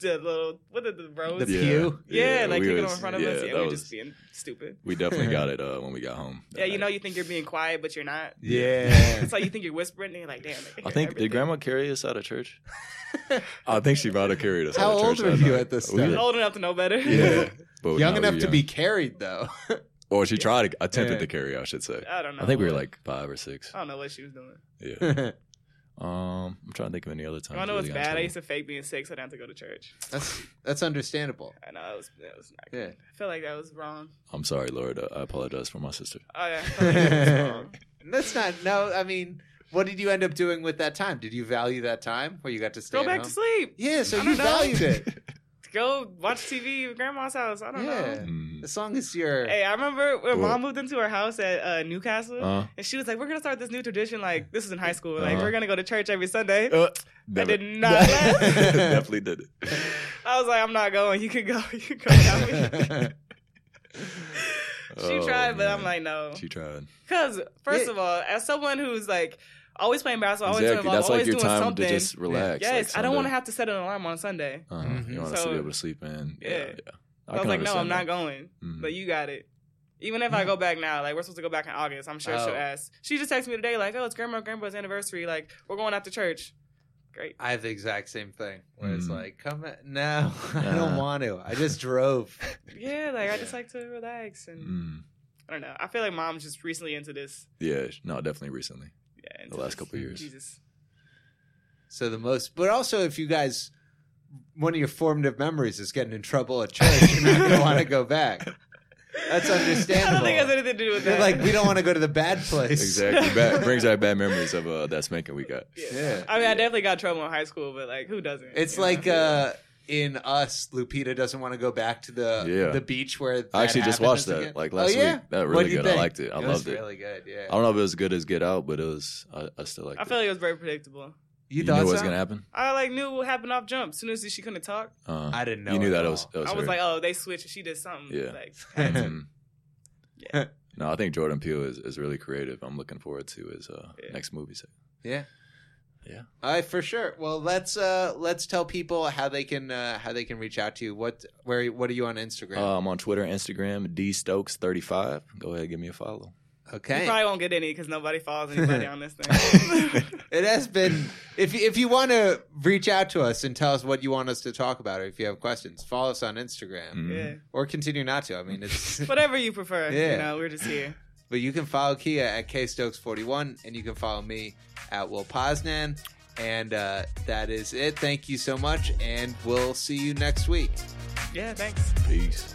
Speaker 4: the little what are the rows?
Speaker 3: The
Speaker 5: yeah.
Speaker 3: pew?
Speaker 4: yeah, like
Speaker 5: we
Speaker 4: kicking them
Speaker 5: was-
Speaker 4: in front of
Speaker 5: yeah,
Speaker 4: us. Yeah,
Speaker 5: that
Speaker 4: we were
Speaker 5: was,
Speaker 4: just being stupid.
Speaker 5: we definitely got it uh, when we got home. that
Speaker 4: Yeah, you
Speaker 5: night.
Speaker 4: know, you think you're being quiet, but you're not.
Speaker 3: yeah.
Speaker 4: It's like you think you're whispering, and you're like, damn. they can
Speaker 5: I
Speaker 4: hear
Speaker 5: think
Speaker 4: everything.
Speaker 5: did Grandma carry us out of church? I think she might have carried us.
Speaker 3: How
Speaker 5: out of
Speaker 3: old
Speaker 5: church
Speaker 3: were
Speaker 5: that
Speaker 3: you
Speaker 5: night.
Speaker 3: at this
Speaker 5: We
Speaker 3: time?
Speaker 5: were-
Speaker 4: old enough to know better.
Speaker 5: Yeah, but
Speaker 3: young
Speaker 5: nah, we
Speaker 3: enough
Speaker 5: were
Speaker 3: to be carried though.
Speaker 5: Or she tried to attempted
Speaker 3: Yeah.
Speaker 5: to carry, I should say.
Speaker 4: I don't know.
Speaker 5: I think we were like five or six.
Speaker 4: I don't know what she was doing.
Speaker 5: Yeah.
Speaker 3: That's
Speaker 5: Um, I'm trying to think of any other time.
Speaker 4: I know it's bad. I used to fake being sick so I didn't have to go to church.
Speaker 3: that's understandable.
Speaker 4: I know that was that was not
Speaker 3: Yeah.
Speaker 4: good. I feel like that was wrong.
Speaker 5: I'm sorry, Lord. uh, I apologize for my sister.
Speaker 4: Oh, yeah, I felt like that was wrong.
Speaker 3: That's not no. I mean, what did you end up doing with that time? Did you value that time where you got to stay?
Speaker 4: go
Speaker 3: at
Speaker 4: back
Speaker 3: home?
Speaker 4: to sleep.
Speaker 3: Yeah, so
Speaker 4: I
Speaker 3: you
Speaker 4: don't know.
Speaker 3: valued it.
Speaker 4: Go watch TV at grandma's house. I don't
Speaker 3: yeah,
Speaker 4: know.
Speaker 5: Mm.
Speaker 3: as long as you're.
Speaker 4: Hey, I remember when
Speaker 5: What?
Speaker 4: mom moved into her house at uh, Newcastle,
Speaker 5: Uh,
Speaker 4: and she was like, "We're gonna start this new tradition. Like this is in high school. Like
Speaker 5: Uh-huh.
Speaker 4: we're gonna go to church every Sunday."
Speaker 5: uh,
Speaker 4: I
Speaker 5: never-
Speaker 4: did not. laugh.
Speaker 5: definitely did it.
Speaker 4: I was like, "I'm not going. You can go. You can go without me." she
Speaker 5: Oh,
Speaker 4: tried, but I'm
Speaker 5: man.
Speaker 4: like, "No."
Speaker 5: She tried.
Speaker 4: Because first
Speaker 3: Yeah.
Speaker 4: of all, as someone who's like always playing basketball, always
Speaker 5: Exactly.
Speaker 4: doing volleyball,
Speaker 5: That's like
Speaker 4: always
Speaker 5: your
Speaker 4: doing
Speaker 5: time
Speaker 4: something.
Speaker 5: to just relax.
Speaker 4: yes, I don't want to
Speaker 5: to
Speaker 4: have to set an alarm on Sunday.
Speaker 5: Uh,
Speaker 3: Mhm.
Speaker 5: You want us to
Speaker 4: So-
Speaker 5: be able to sleep in. Yeah.
Speaker 4: Yeah.
Speaker 5: yeah.
Speaker 4: I, was
Speaker 5: can
Speaker 4: like, no, I'm
Speaker 5: understand
Speaker 4: not
Speaker 5: that.
Speaker 4: going.
Speaker 5: Mhm.
Speaker 4: But you got it. Even if I go back now, like we're supposed to go back in August, I'm sure
Speaker 3: Oh.
Speaker 4: she'll ask. She just texted me today, like, "Oh, it's grandma, and grandpa's anniversary. Like, we're going out to church." Great.
Speaker 3: I have the exact same thing where it's
Speaker 5: Mm.
Speaker 3: like, come at, no, I don't
Speaker 5: Uh.
Speaker 3: want to. I just drove.
Speaker 4: Yeah, like I just like to relax and
Speaker 5: Mm.
Speaker 4: I don't know. I feel like mom's just recently into this.
Speaker 5: Yeah. No, definitely recently.
Speaker 4: Yeah, into
Speaker 5: The last
Speaker 4: this.
Speaker 5: couple of years.
Speaker 4: Jesus.
Speaker 3: So the most, but also if you guys, one of your formative memories is getting in trouble at church, you're not gonna want to go back. That's
Speaker 4: I don't
Speaker 3: understandable.
Speaker 4: think it has anything to do with
Speaker 3: You're
Speaker 4: that.
Speaker 3: like, we don't want to go to the bad place.
Speaker 5: Exactly. Bad, brings back bad memories of uh, that spanking we got.
Speaker 3: Yeah.
Speaker 4: I mean, I definitely got in trouble in high school, but like, who doesn't?
Speaker 3: It's
Speaker 4: you know?
Speaker 3: like uh, in Us, Lupita doesn't want to go back to the
Speaker 5: Yeah.
Speaker 3: the beach where.
Speaker 5: I actually just watched that
Speaker 3: happened
Speaker 5: like
Speaker 3: again.
Speaker 5: last
Speaker 3: Oh, yeah?
Speaker 5: week. That
Speaker 3: What'd
Speaker 5: really
Speaker 3: you
Speaker 5: good. I
Speaker 3: think?
Speaker 5: liked it. I
Speaker 3: was
Speaker 5: loved it.
Speaker 3: Really good. Yeah.
Speaker 5: I don't know if it was good as Get Out, but it was. I, I still like.
Speaker 4: I feel like it was very predictable.
Speaker 3: you
Speaker 5: knew
Speaker 3: thought
Speaker 5: what
Speaker 3: so?
Speaker 5: was gonna happen.
Speaker 4: I like knew what happened off jump. As soon as she couldn't talk,
Speaker 5: Uh,
Speaker 3: I didn't know.
Speaker 5: you knew
Speaker 3: at
Speaker 5: that it
Speaker 3: all.
Speaker 5: was. It was
Speaker 4: I was
Speaker 5: her.
Speaker 4: like, "Mm-hmm." oh, they switched. She did something.
Speaker 5: Yeah.
Speaker 4: Like,
Speaker 5: Mhm.
Speaker 3: Yeah.
Speaker 5: No, I think Jordan Peele is, is really creative. I'm looking forward to his uh,
Speaker 4: Yeah.
Speaker 5: next movies.
Speaker 3: Yeah.
Speaker 5: Yeah.
Speaker 3: All right, for sure. Well, let's uh let's tell people how they can uh how they can reach out to you. What where what are you on Instagram?
Speaker 5: Uh, I'm on Twitter and Instagram, D Stokes35. Go ahead, give me a follow.
Speaker 4: you
Speaker 3: okay.
Speaker 4: probably won't get any because nobody follows anybody on this thing.
Speaker 3: it has been if you- if you want to reach out to us and tell us what you want us to talk about or if you have questions, follow us on Instagram
Speaker 5: Mm. Mm-hmm.
Speaker 4: yeah.
Speaker 3: or continue not to. I mean, it's
Speaker 4: Whatever you prefer.
Speaker 3: Yeah.
Speaker 4: You know, we're just here.
Speaker 3: But you can follow Kia at kstokes41, and you can follow me at Will Posnan. And uh, that is it. Thank you so much, and we'll see you next week.
Speaker 4: Yeah. Thanks.
Speaker 5: Peace.